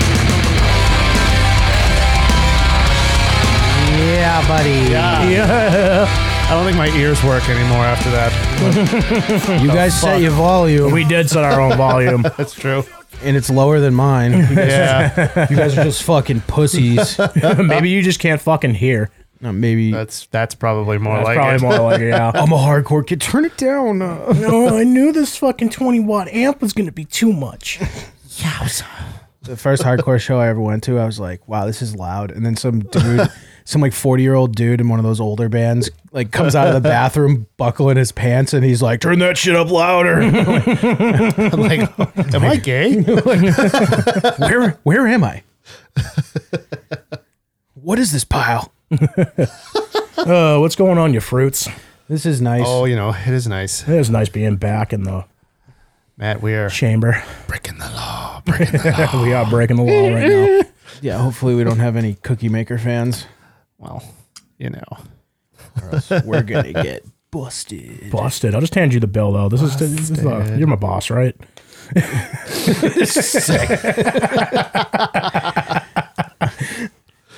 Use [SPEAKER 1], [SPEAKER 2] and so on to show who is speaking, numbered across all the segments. [SPEAKER 1] think my ears work anymore after that.
[SPEAKER 2] You guys set
[SPEAKER 1] fuck?
[SPEAKER 2] your volume,
[SPEAKER 3] We did set our own volume.
[SPEAKER 1] That's true.
[SPEAKER 2] and it's lower than mine.
[SPEAKER 1] Yeah,
[SPEAKER 2] You guys are just fucking pussies.
[SPEAKER 3] Maybe you just can't fucking hear.
[SPEAKER 2] No, maybe
[SPEAKER 1] that's that's probably more
[SPEAKER 3] That's
[SPEAKER 1] like
[SPEAKER 3] probably
[SPEAKER 1] it.
[SPEAKER 3] more like it, yeah.
[SPEAKER 2] I'm a hardcore kid. Turn it down. Uh,
[SPEAKER 3] no, I knew this fucking 20 watt amp was going to be too much.
[SPEAKER 2] the first hardcore show I ever went to, I was like, wow, this is loud. And then some dude, some like 40 year old dude in one of those older bands, like comes out of the bathroom, buckling his pants, and he's like, turn that shit up louder.
[SPEAKER 1] I'm like, am I gay?
[SPEAKER 2] where, where am I? What is this pile?
[SPEAKER 3] Uh, what's going on, you fruits?
[SPEAKER 2] This is nice.
[SPEAKER 1] Oh, you know, it is nice.
[SPEAKER 3] It was nice being back in the
[SPEAKER 1] Matt, we are
[SPEAKER 3] chamber.
[SPEAKER 1] breaking the law.
[SPEAKER 3] we are breaking the law right now.
[SPEAKER 2] Yeah, hopefully we don't have any cookie maker fans.
[SPEAKER 1] Well, you know,
[SPEAKER 2] Or else we're gonna get busted.
[SPEAKER 3] Busted. I'll just hand you the bill, though. This is, this is uh, you're my boss, right?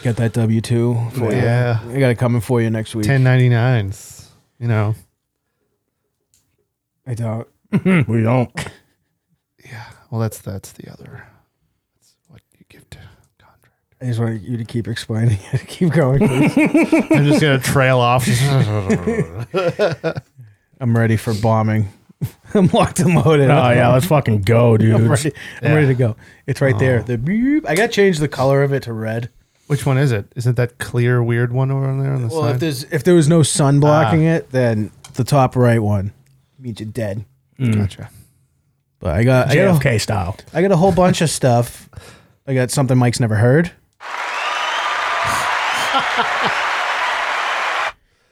[SPEAKER 2] Got that W two for
[SPEAKER 1] Yeah.
[SPEAKER 2] you. I got it coming for you next week.
[SPEAKER 1] 1099s. You know,
[SPEAKER 2] I don't.
[SPEAKER 3] We don't.
[SPEAKER 1] well, that's that's the other. That's what you give to contract.
[SPEAKER 2] I just want you to keep explaining it. keep going. please.
[SPEAKER 1] I'm just gonna trail off.
[SPEAKER 2] I'm ready for bombing. I'm locked and loaded.
[SPEAKER 3] Oh, yeah, let's fucking go,
[SPEAKER 2] I'm
[SPEAKER 3] dude.
[SPEAKER 2] ready, I'm ready to go. It's right there. The beep. I got to change the color of it to red.
[SPEAKER 1] Which one is it? Isn't that clear weird one over there on the
[SPEAKER 2] Well, if
[SPEAKER 1] side?
[SPEAKER 2] there's Ah. if there was no sun blocking it, then the top right one means you're dead.
[SPEAKER 3] Mm.
[SPEAKER 1] Gotcha.
[SPEAKER 2] But I got I got a-
[SPEAKER 3] JFK style.
[SPEAKER 2] I got a whole bunch of stuff. I got something Mike's never heard.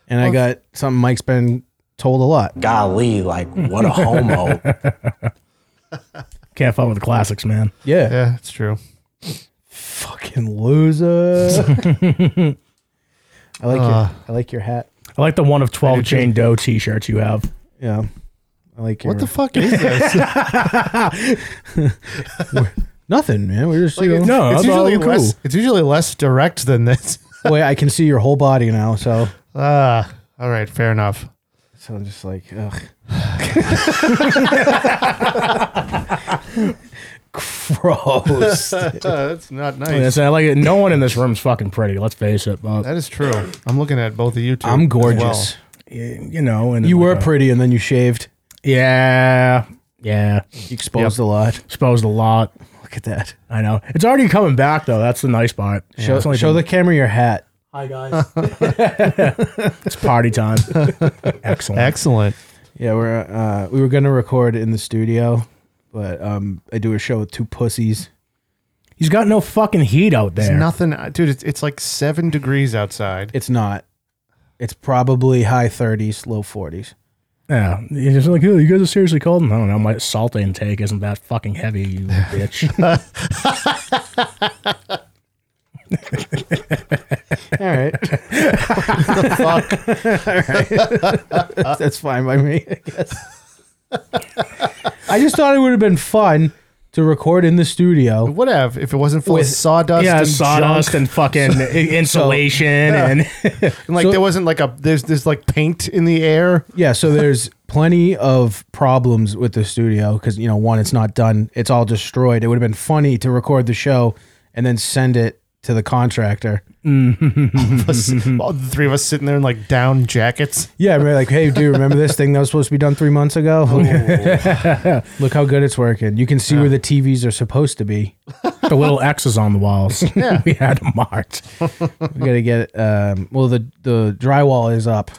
[SPEAKER 2] and I got something Mike's been told a lot.
[SPEAKER 4] golly, like what a homo.
[SPEAKER 3] Can't fuck with the classics, man.
[SPEAKER 2] Yeah.
[SPEAKER 1] Yeah, it's true.
[SPEAKER 2] Fucking loser. I like
[SPEAKER 4] Uh.
[SPEAKER 2] your, I like your hat.
[SPEAKER 3] I like the one of 12 Jane Doe t shirts you have.
[SPEAKER 2] Yeah. I like your
[SPEAKER 1] What the fuck is this?
[SPEAKER 2] nothing, man. We're just you know,
[SPEAKER 3] no,
[SPEAKER 1] it's
[SPEAKER 3] that's all
[SPEAKER 1] usually
[SPEAKER 3] cool.
[SPEAKER 1] less. It's usually less direct than this.
[SPEAKER 2] Wait, I can see your whole body now, so
[SPEAKER 1] Ah, all right, fair enough.
[SPEAKER 2] so I'm just like, ugh. Gross.
[SPEAKER 1] that's not nice.
[SPEAKER 3] Yes, I like it. No one in this room's fucking pretty. Let's face it. But,
[SPEAKER 1] that is true. I'm looking at both of you two.
[SPEAKER 2] I'm
[SPEAKER 1] as well.
[SPEAKER 2] gorgeous.
[SPEAKER 3] you know, and
[SPEAKER 2] You
[SPEAKER 3] like
[SPEAKER 2] were
[SPEAKER 3] a-
[SPEAKER 2] pretty, and then you shaved.
[SPEAKER 3] Yeah. Yeah.
[SPEAKER 2] You exposed a lot.
[SPEAKER 3] Exposed a lot.
[SPEAKER 2] Look at that.
[SPEAKER 3] I know. It's already coming back, though. That's the nice part.
[SPEAKER 2] Show,
[SPEAKER 3] it's, only
[SPEAKER 2] show
[SPEAKER 3] been-
[SPEAKER 2] the camera your hat.
[SPEAKER 3] it's party time. Excellent.
[SPEAKER 1] Excellent.
[SPEAKER 2] Yeah, we're uh, we were gonna record in the studio, but um, I do a show with two pussies.
[SPEAKER 3] He's got no fucking heat out there.
[SPEAKER 1] Nothing, dude. It's, it's like seven degrees outside.
[SPEAKER 2] It's not. It's probably high thirties, low forties.
[SPEAKER 3] yeah. He's just like, oh, you guys are seriously cold? And I don't know. My salt intake isn't that fucking heavy, you bitch.
[SPEAKER 2] All right, that's fine by me. I guess. I just thought it would have been fun to record in the studio.
[SPEAKER 1] Would have if it wasn't full
[SPEAKER 2] With-
[SPEAKER 1] of sawdust.
[SPEAKER 3] yeah,
[SPEAKER 1] and
[SPEAKER 3] sawdust
[SPEAKER 1] junk.
[SPEAKER 3] and fucking insulation and.
[SPEAKER 1] and like
[SPEAKER 2] so-
[SPEAKER 1] there wasn't like a there's there's like paint in the air.
[SPEAKER 2] Yeah, so there's plenty of problems with the studio because you know one, it's not done; it's all destroyed. It would have been funny to record the show and then send it to the contractor.
[SPEAKER 1] Us- all the three of us sitting there in like down jackets.
[SPEAKER 2] Yeah, I mean, like, hey, do you remember this thing that was supposed to be done three months ago? Look how good it's working. You can see where the TVs are supposed to be.
[SPEAKER 3] the little X's on the walls. Yeah. we had them marked.
[SPEAKER 2] We gotta get um, well the the drywall is up,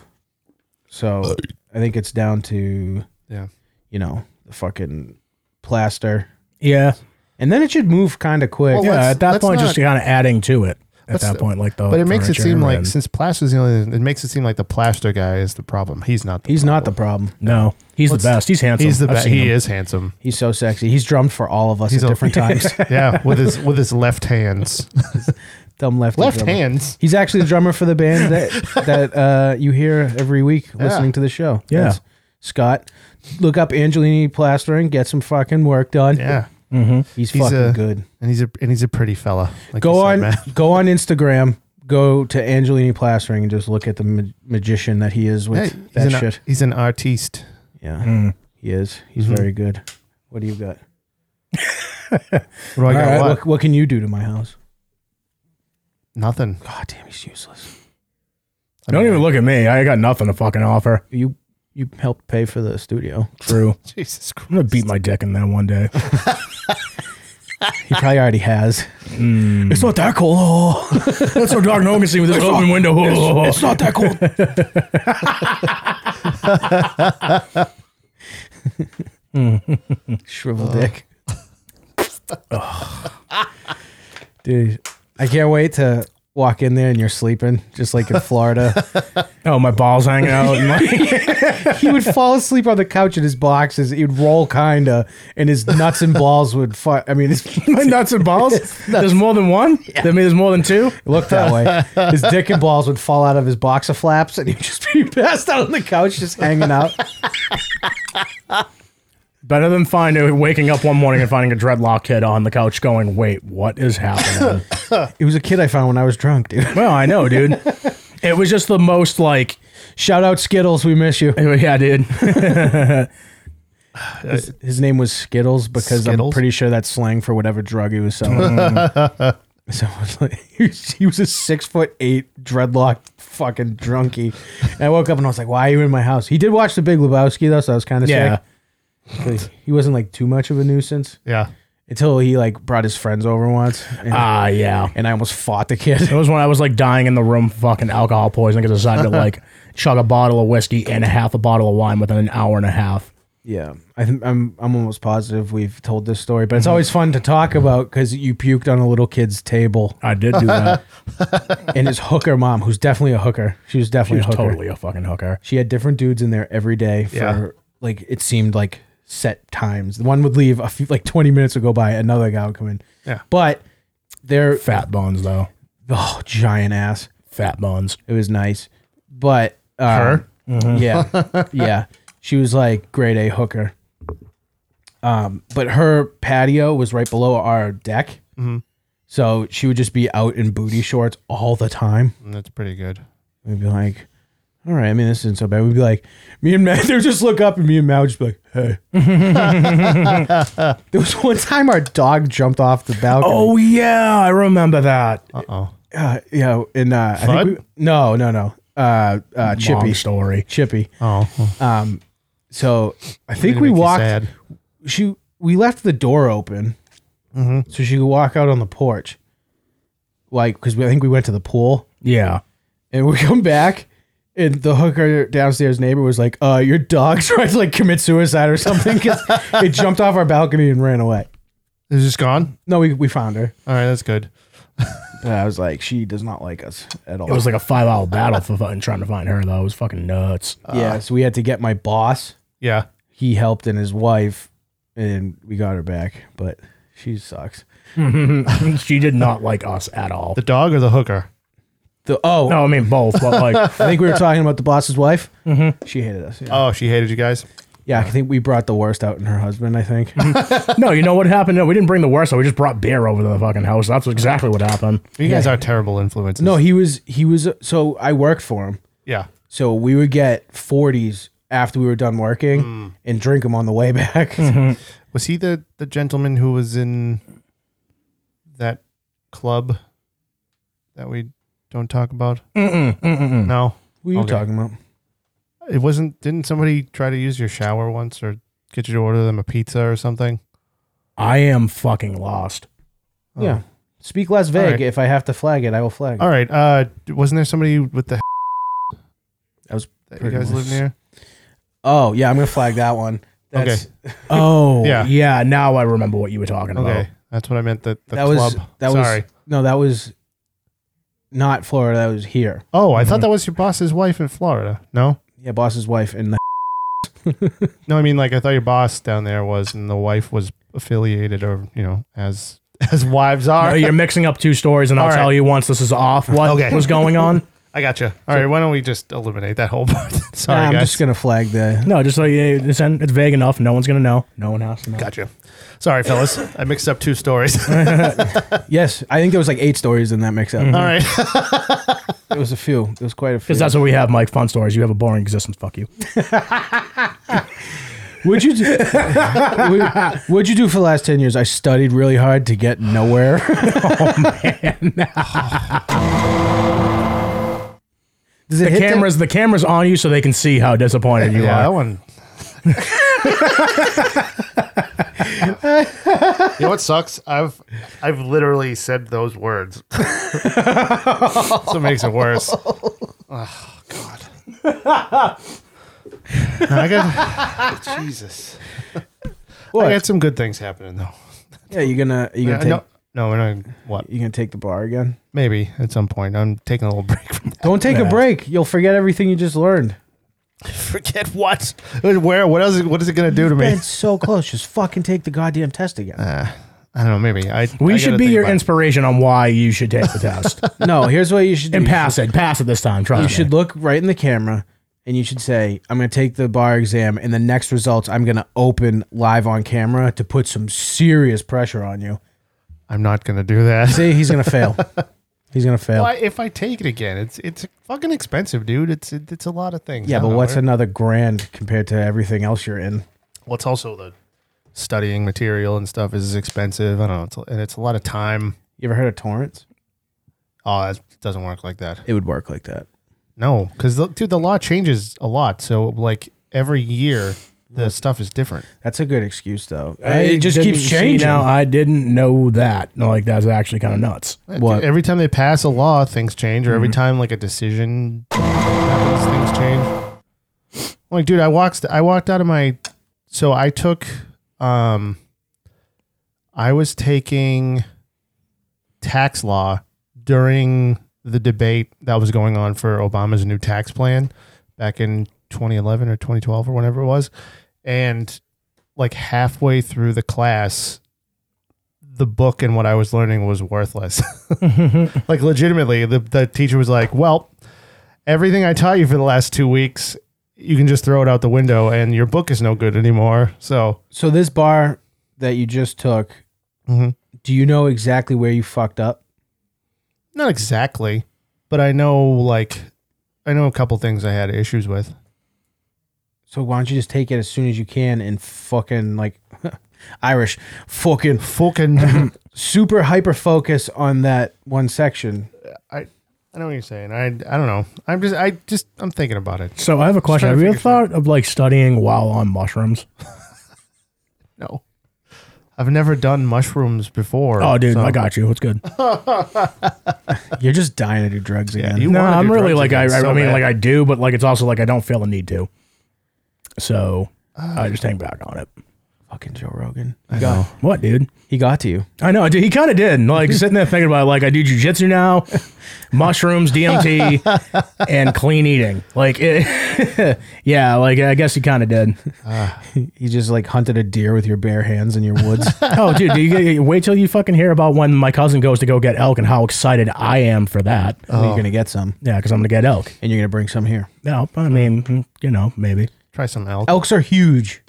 [SPEAKER 2] so I think it's down to
[SPEAKER 1] Yeah.
[SPEAKER 2] you know the fucking plaster,
[SPEAKER 3] Yeah.
[SPEAKER 2] and then it should move kind of quick.
[SPEAKER 1] Well,
[SPEAKER 3] Yeah.
[SPEAKER 1] let's-
[SPEAKER 3] at that
[SPEAKER 1] let's
[SPEAKER 3] point,
[SPEAKER 1] not-
[SPEAKER 3] just kind of adding to it. At that point, like the.
[SPEAKER 1] But it makes it
[SPEAKER 3] furniture
[SPEAKER 1] seem like
[SPEAKER 3] and-
[SPEAKER 1] since plaster's the only, it makes it seem like the plaster guy is the problem. He's not. The
[SPEAKER 2] He's not the problem.
[SPEAKER 3] no, he's the best. He's handsome.
[SPEAKER 1] He's the
[SPEAKER 3] I've
[SPEAKER 1] best.
[SPEAKER 3] seen
[SPEAKER 1] He
[SPEAKER 3] him.
[SPEAKER 1] is handsome.
[SPEAKER 2] He's so sexy. He's drummed for all of us
[SPEAKER 1] He's
[SPEAKER 2] at
[SPEAKER 1] a-
[SPEAKER 2] different times.
[SPEAKER 1] Yeah, with his with his left hands.
[SPEAKER 2] Dumb left
[SPEAKER 1] left hands.
[SPEAKER 2] He's actually the drummer for the band that that uh, you hear every week listening to the show.
[SPEAKER 3] Yeah.
[SPEAKER 2] Scott. Look up Angelini plastering. Get some fucking work done.
[SPEAKER 1] Yeah,
[SPEAKER 2] he's,
[SPEAKER 3] Mm-hmm.
[SPEAKER 1] he's
[SPEAKER 2] fucking
[SPEAKER 1] a-
[SPEAKER 2] good.
[SPEAKER 1] and he's a and he's a pretty fella. Like you
[SPEAKER 2] Go
[SPEAKER 1] said,
[SPEAKER 2] on,
[SPEAKER 1] Matt.
[SPEAKER 2] go on Instagram. go to Angelini Plastering and just look at the ma- magician that he is
[SPEAKER 1] Hey,
[SPEAKER 2] with
[SPEAKER 1] he's,
[SPEAKER 2] that
[SPEAKER 1] an,
[SPEAKER 2] shit.
[SPEAKER 1] he's an artiste.
[SPEAKER 2] Yeah,
[SPEAKER 3] Mm.
[SPEAKER 2] he is. He's
[SPEAKER 1] Mhm.
[SPEAKER 2] very good. What do you got?
[SPEAKER 1] What do
[SPEAKER 2] All
[SPEAKER 1] I got?
[SPEAKER 2] right,
[SPEAKER 1] what?
[SPEAKER 2] what, what can you do to my house?
[SPEAKER 1] Nothing.
[SPEAKER 2] God damn, he's useless.
[SPEAKER 1] I
[SPEAKER 3] Don't
[SPEAKER 1] mean,
[SPEAKER 3] even look at me. I got nothing to fucking offer.
[SPEAKER 2] You you helped pay for the studio.
[SPEAKER 3] True.
[SPEAKER 1] Jesus Christ.
[SPEAKER 3] I'm gonna beat my dick in that one day.
[SPEAKER 2] He probably already has.
[SPEAKER 3] Mm.
[SPEAKER 2] It's not that cold. Oh,
[SPEAKER 3] That's so dark. No one can see with this open window.
[SPEAKER 2] it's not that cold. Shrivel dick. Dude, I can't wait to walk in there and you're sleeping, just like in Florida.
[SPEAKER 3] Oh, my balls hanging out. and my-
[SPEAKER 2] he would fall asleep on the couch in his boxes. He'd roll kinda, and his nuts and balls would. Fu- I mean, his
[SPEAKER 3] my nuts and balls. There's more than one. That means there's more than two.
[SPEAKER 2] look that way. His dick and balls would fall out of his box of flaps, and he'd just be passed out on the couch, just hanging out.
[SPEAKER 3] Better than finding waking up one morning and finding a dreadlock kid on the couch going, "Wait, what is happening?"
[SPEAKER 2] It was a kid I found when I was drunk, dude.
[SPEAKER 3] well, I know, dude. It was just the most like,
[SPEAKER 2] Shout out Skittles, we miss you.
[SPEAKER 3] yeah, dude.
[SPEAKER 2] His, Uh, his name was Skittles because I'm
[SPEAKER 1] Skittles?
[SPEAKER 2] pretty sure that's slang for whatever drug he was selling. so it was like, he, was, he was a six foot eight dreadlocked fucking drunkie. And I woke up and I was like, "Why are you in my house?" He did watch The Big Lebowski though, so I was kind of
[SPEAKER 3] Yeah.
[SPEAKER 2] sick. He wasn't like too much of a nuisance
[SPEAKER 1] Yeah.
[SPEAKER 2] until he like brought his friends over once, and,
[SPEAKER 3] Ah, yeah.
[SPEAKER 2] and I almost fought the kid.
[SPEAKER 3] It was when I was like dying in the room, from fucking alcohol poisoning, because I decided to like chug a bottle of whiskey and half a bottle of wine within an hour and a half.
[SPEAKER 2] Yeah, I think I'm I'm almost positive we've told this story, but it's always fun to talk about because you puked on a little kid's table
[SPEAKER 3] I did do that.
[SPEAKER 2] and his hooker mom, who's definitely a hooker. She was
[SPEAKER 3] She
[SPEAKER 2] definitely
[SPEAKER 3] was
[SPEAKER 2] a hooker.
[SPEAKER 3] totally a fucking hooker.
[SPEAKER 2] She had different dudes in there every day for
[SPEAKER 1] Yeah.
[SPEAKER 2] like it seemed like set times. The one would leave a few, like 20 minutes would go by, another guy would come in.
[SPEAKER 1] Yeah.
[SPEAKER 2] but they're
[SPEAKER 3] Fat bones though.
[SPEAKER 2] oh giant ass.
[SPEAKER 3] Fat bones.
[SPEAKER 2] It was nice, but um,
[SPEAKER 1] Her?
[SPEAKER 2] yeah, yeah. She was like grade A hooker. Um, but her patio was right below our deck, so she would just be out in booty shorts all the time.
[SPEAKER 1] Um, That's pretty good.
[SPEAKER 2] We'd be like, "All right, I mean, this isn't so bad." We'd be like, "Me and Matt," they would just look up, and me and Matt would just be like, "Hey." there was one time our dog jumped off the balcony.
[SPEAKER 3] Oh yeah, I remember that.
[SPEAKER 1] Uh oh.
[SPEAKER 2] uh, yeah, and uh, I
[SPEAKER 1] Fudd?
[SPEAKER 2] think we, no, no, no, uh, uh, Chippy,
[SPEAKER 3] Long story.
[SPEAKER 2] Chippy.
[SPEAKER 1] Oh.
[SPEAKER 2] Um, so I think
[SPEAKER 1] Made it
[SPEAKER 2] we
[SPEAKER 1] make you
[SPEAKER 2] walked.
[SPEAKER 1] sad.
[SPEAKER 2] She we left the door open,
[SPEAKER 1] Mm-hmm.
[SPEAKER 2] so she could walk out on the porch. Like, because I think we went to the pool,
[SPEAKER 3] Yeah.
[SPEAKER 2] and we come back, and the hooker downstairs neighbor was like, "Uh, your dog tried to like commit suicide or something because it jumped off our balcony and ran away."
[SPEAKER 1] It was just gone.
[SPEAKER 2] No, we we found her.
[SPEAKER 1] All right, that's good.
[SPEAKER 2] And I was like, "She does not like us at all."
[SPEAKER 3] It was like a five hour battle for fucking trying to find her though. It was fucking nuts.
[SPEAKER 2] yeah, so we had to get my boss.
[SPEAKER 1] Yeah.
[SPEAKER 2] He helped and his wife, and we got her back, but she sucks.
[SPEAKER 3] she did not like us at all.
[SPEAKER 1] The dog or the hooker?
[SPEAKER 2] The oh,
[SPEAKER 3] No, I mean both, but like
[SPEAKER 2] I think we were talking about the boss's wife. She hated us. Yeah.
[SPEAKER 1] Oh, she hated you guys.
[SPEAKER 2] yeah, I think we brought the worst out in her husband. I think.
[SPEAKER 3] no, you know what happened? No, we didn't bring the worst, so we just brought beer over to the fucking house. That's exactly what happened.
[SPEAKER 1] You guys are terrible influences.
[SPEAKER 2] no, he was he was. So I worked for him.
[SPEAKER 1] Yeah.
[SPEAKER 2] So we would get forties after we were done working
[SPEAKER 1] Hmm.
[SPEAKER 2] and drink them on the way back.
[SPEAKER 1] Was he the the gentleman who was in that club that we don't talk about? No,
[SPEAKER 2] What are you
[SPEAKER 1] Okay.
[SPEAKER 2] talking about?
[SPEAKER 1] it wasn't. Didn't somebody try to use your shower once or get you to order them a pizza or something?
[SPEAKER 3] I am fucking lost.
[SPEAKER 2] Yeah. Speak less vague.
[SPEAKER 1] right.
[SPEAKER 2] If I have to flag it, I will flag. it.
[SPEAKER 1] Oh. All right. Uh, wasn't there somebody with the
[SPEAKER 2] That was
[SPEAKER 1] that you
[SPEAKER 2] pretty
[SPEAKER 1] guys live
[SPEAKER 2] much-
[SPEAKER 1] near?
[SPEAKER 2] Oh yeah, I'm gonna flag that one. That's,
[SPEAKER 3] Oh
[SPEAKER 1] Yeah.
[SPEAKER 3] yeah, yeah. Now I remember what you were talking about.
[SPEAKER 1] Okay, that's what I meant. The, the
[SPEAKER 2] That
[SPEAKER 1] club.
[SPEAKER 2] was that
[SPEAKER 1] Sorry.
[SPEAKER 2] was no, that was not Florida. That was here.
[SPEAKER 1] oh, I thought that was your boss's wife in Florida. No,
[SPEAKER 2] Yeah, boss's wife and the.
[SPEAKER 1] no, I mean like I thought your boss down there was, and the wife was affiliated, or you know, as as wives
[SPEAKER 3] No,
[SPEAKER 1] are.
[SPEAKER 3] you're mixing up two stories, and I'll
[SPEAKER 1] All right.
[SPEAKER 3] tell you once this is off what
[SPEAKER 1] Okay.
[SPEAKER 3] was going on.
[SPEAKER 1] I I got you. All right, why don't we just eliminate that whole part? Sorry,
[SPEAKER 2] Nah, I'm
[SPEAKER 1] guys.
[SPEAKER 2] just gonna flag the.
[SPEAKER 3] No, just like yeah, it's, it's vague enough. No one's gonna know. No one has to know.
[SPEAKER 1] Gotcha. Sorry, fellas. I mixed up two stories.
[SPEAKER 2] Yes, I think there was like eight stories in that mix-up.
[SPEAKER 1] All right.
[SPEAKER 2] It was a few. It was quite a few.
[SPEAKER 3] Because that's what we have, Mike. Fun stories. You have a boring existence. Fuck you.
[SPEAKER 2] Would you? Do, would, would you do for the last ten years? I studied really hard to get nowhere. oh man. Does it
[SPEAKER 3] The
[SPEAKER 2] hit that-
[SPEAKER 3] cameras, the cameras on you, so they can see how disappointed you
[SPEAKER 1] yeah, that
[SPEAKER 3] are.
[SPEAKER 1] one. you know what sucks? I've I've literally said those words. That's what makes it worse. Oh God. Now I got Jesus. I got some good things happening though.
[SPEAKER 2] Yeah, you're gonna you
[SPEAKER 1] Yeah,
[SPEAKER 2] gonna
[SPEAKER 1] no,
[SPEAKER 2] take
[SPEAKER 1] no, we're not. What?
[SPEAKER 2] you gonna take the bar again.
[SPEAKER 1] Maybe at some point. I'm taking a little break from.
[SPEAKER 2] Don't take a break. You'll forget everything you just learned.
[SPEAKER 1] Forget what? Where? What else? What is it gonna do to me?
[SPEAKER 2] It's so close. Just fucking take the goddamn test again.
[SPEAKER 1] I don't know. Maybe I.
[SPEAKER 3] we
[SPEAKER 1] I
[SPEAKER 3] should
[SPEAKER 1] gotta
[SPEAKER 3] be
[SPEAKER 1] think
[SPEAKER 3] your
[SPEAKER 1] about it.
[SPEAKER 3] inspiration on why you should take the test
[SPEAKER 2] no, here's what you should do.
[SPEAKER 3] and pass it. Pass it this time. Try.
[SPEAKER 2] You
[SPEAKER 3] me.
[SPEAKER 2] should look right in the camera and you should say, I'm going to take the bar exam and the next results I'm going to open live on camera to put some serious pressure on you.
[SPEAKER 1] I'm not gonna do that.
[SPEAKER 2] See, he's going to fail. He's going to fail.
[SPEAKER 1] Why- if I take it again, it's it's fucking expensive, dude. It's it, it's a lot of things.
[SPEAKER 2] Yeah,
[SPEAKER 1] I
[SPEAKER 2] but
[SPEAKER 1] don't know.
[SPEAKER 2] what's another grand compared to everything else you're in?
[SPEAKER 1] Well, it's also the studying material and stuff is expensive. I don't know, it's, and it's a lot of time.
[SPEAKER 2] You ever heard of torrents?
[SPEAKER 1] Oh, it doesn't work like that.
[SPEAKER 2] It would work like that.
[SPEAKER 1] No, because dude, the law changes a lot. So like every year, the stuff is different.
[SPEAKER 2] That's a good excuse, though.
[SPEAKER 3] I
[SPEAKER 2] Uh, it just
[SPEAKER 3] didn't-
[SPEAKER 2] keeps
[SPEAKER 3] see,
[SPEAKER 2] changing.
[SPEAKER 3] Now I didn't know that. No, Like that's actually kind of nuts.
[SPEAKER 2] What?
[SPEAKER 1] Every time they pass a law, things change, or every time like a decision happens, things change. I'm Like, dude, I walked I walked out of my so I took um I was taking tax law during the debate that was going on for Obama's new tax plan back in 2011 or 2012 or whenever it was. And like halfway through the class, the book and what I was learning was worthless. like legitimately, the, the teacher was like, "Well, everything I taught you for the last two weeks, you can just throw it out the window, and your book is no good anymore." So
[SPEAKER 2] so this bar that you just took,
[SPEAKER 1] Mhm.
[SPEAKER 2] do you know exactly where you fucked up?
[SPEAKER 1] not exactly, but I know like I know a couple things I had issues with.
[SPEAKER 2] So why don't you just take it as soon as you can and fucking like Irish fucking
[SPEAKER 1] Fucking,
[SPEAKER 2] super hyper focus on that one section.
[SPEAKER 1] I I know what you're saying. I I don't know. I'm just I just I'm thinking about it.
[SPEAKER 3] So I have a question.
[SPEAKER 1] trying to
[SPEAKER 3] Have you ever
[SPEAKER 1] figure something
[SPEAKER 3] thought of like studying while on mushrooms?
[SPEAKER 1] No. I've never done mushrooms before.
[SPEAKER 3] Oh, dude,
[SPEAKER 1] so-
[SPEAKER 3] I got you. What's good?
[SPEAKER 2] You're just dying to do drugs again.
[SPEAKER 1] you
[SPEAKER 3] No,
[SPEAKER 1] wanna do
[SPEAKER 3] I'm really
[SPEAKER 1] drugs
[SPEAKER 3] like I, I,
[SPEAKER 1] again so
[SPEAKER 3] mean
[SPEAKER 1] bad.
[SPEAKER 3] like I do, but like it's also like I don't feel the need to. So I just hang back on it.
[SPEAKER 2] fucking Joe Rogan.
[SPEAKER 1] Oh.
[SPEAKER 3] What, dude?
[SPEAKER 2] He got to you.
[SPEAKER 3] I know, dude. He kind of did. Like sitting there thinking about it, like I do jujitsu now, mushrooms, DMT, and clean eating. Like, it, yeah, like I guess he kind of did.
[SPEAKER 2] He just like hunted a deer with your bare hands in your woods.
[SPEAKER 3] Oh, dude, do you, you wait till you fucking hear about when my cousin goes to go get elk and how excited I am for that. Uh,
[SPEAKER 2] And You're gonna get some,
[SPEAKER 3] Yeah, because I'm gonna get elk.
[SPEAKER 2] and you're gonna bring some here.
[SPEAKER 3] No, I mean, mm, you know, maybe.
[SPEAKER 1] Try some elk.
[SPEAKER 2] Elks are huge.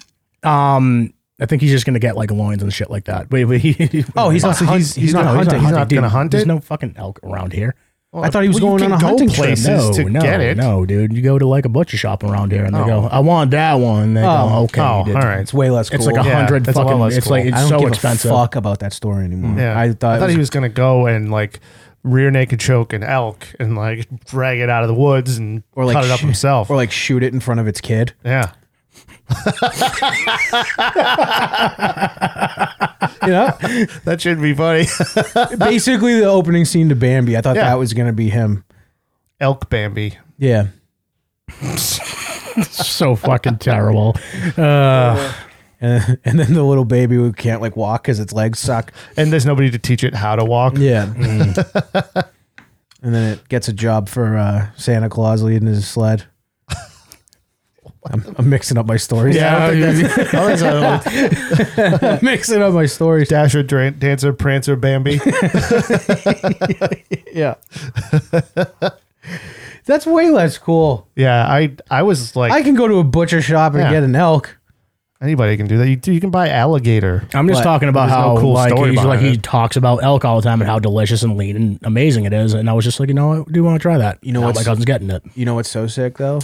[SPEAKER 3] Um, I think he's just gonna get like loins and shit like that. Wait, wait, he,
[SPEAKER 2] Oh, he's not. He's, he's, not hunting.
[SPEAKER 1] He's not gonna hunt
[SPEAKER 3] There's
[SPEAKER 1] it?
[SPEAKER 3] no fucking elk around here.
[SPEAKER 2] I thought he was
[SPEAKER 1] Well, you
[SPEAKER 2] going on
[SPEAKER 1] can
[SPEAKER 2] a
[SPEAKER 1] go
[SPEAKER 2] hunting trip.
[SPEAKER 1] places to
[SPEAKER 3] no,
[SPEAKER 1] get it.
[SPEAKER 3] No, dude, you go to like a butcher shop around here, and they go, "I want that one." They go,
[SPEAKER 2] Oh.
[SPEAKER 3] "Okay,
[SPEAKER 1] Oh,
[SPEAKER 3] dude."
[SPEAKER 1] all right.
[SPEAKER 2] It's way less cool.
[SPEAKER 3] It's like a
[SPEAKER 1] Yeah,
[SPEAKER 3] hundred
[SPEAKER 1] that's a lot
[SPEAKER 3] fucking.
[SPEAKER 1] less
[SPEAKER 3] It's like
[SPEAKER 1] cool.
[SPEAKER 3] it's
[SPEAKER 2] I don't
[SPEAKER 3] so
[SPEAKER 2] give
[SPEAKER 3] expensive.
[SPEAKER 2] a fuck about that story anymore.
[SPEAKER 1] Yeah.
[SPEAKER 2] I thought, it
[SPEAKER 1] he
[SPEAKER 2] was,
[SPEAKER 1] was going to go and like rear naked choke an elk and like drag it out of the woods and
[SPEAKER 2] or like
[SPEAKER 1] cut it up
[SPEAKER 2] sh-
[SPEAKER 1] himself.
[SPEAKER 2] or like shoot it in front of its kid.
[SPEAKER 1] yeah.
[SPEAKER 2] You know,
[SPEAKER 1] That should be funny.
[SPEAKER 2] basically the opening scene to Bambi. I thought
[SPEAKER 1] Yeah.
[SPEAKER 2] that was gonna be him.
[SPEAKER 1] elk Bambi.
[SPEAKER 2] Yeah.
[SPEAKER 3] so fucking terrible.
[SPEAKER 2] And, and then the little baby who can't like walk because its legs suck.
[SPEAKER 1] And there's nobody to teach it how to walk.
[SPEAKER 2] Yeah. and then it gets a job for uh, Santa Claus leading his sled. I'm, I'm mixing up my stories.
[SPEAKER 3] Yeah,
[SPEAKER 1] Oh, that's a
[SPEAKER 2] I'm mixing up my stories.
[SPEAKER 1] Dasher, Dran- Dancer, Prancer, Bambi.
[SPEAKER 2] Yeah. That's way less cool.
[SPEAKER 1] Yeah, I I was like,
[SPEAKER 2] I can go to a butcher shop and
[SPEAKER 1] Yeah.
[SPEAKER 2] get an elk.
[SPEAKER 1] anybody can do that. You, do- you can buy alligator.
[SPEAKER 3] I'm just
[SPEAKER 2] But
[SPEAKER 3] talking about
[SPEAKER 1] there's no
[SPEAKER 3] how
[SPEAKER 1] cool
[SPEAKER 3] like,
[SPEAKER 1] story
[SPEAKER 3] he's, like
[SPEAKER 1] behind
[SPEAKER 3] he
[SPEAKER 1] it.
[SPEAKER 3] talks about elk all the time and how delicious and lean and amazing it is. And I was just like, you know, I do want to try that.
[SPEAKER 2] You know
[SPEAKER 3] Now
[SPEAKER 2] what's-
[SPEAKER 3] my cousin's getting it.
[SPEAKER 2] You know what's so sick though?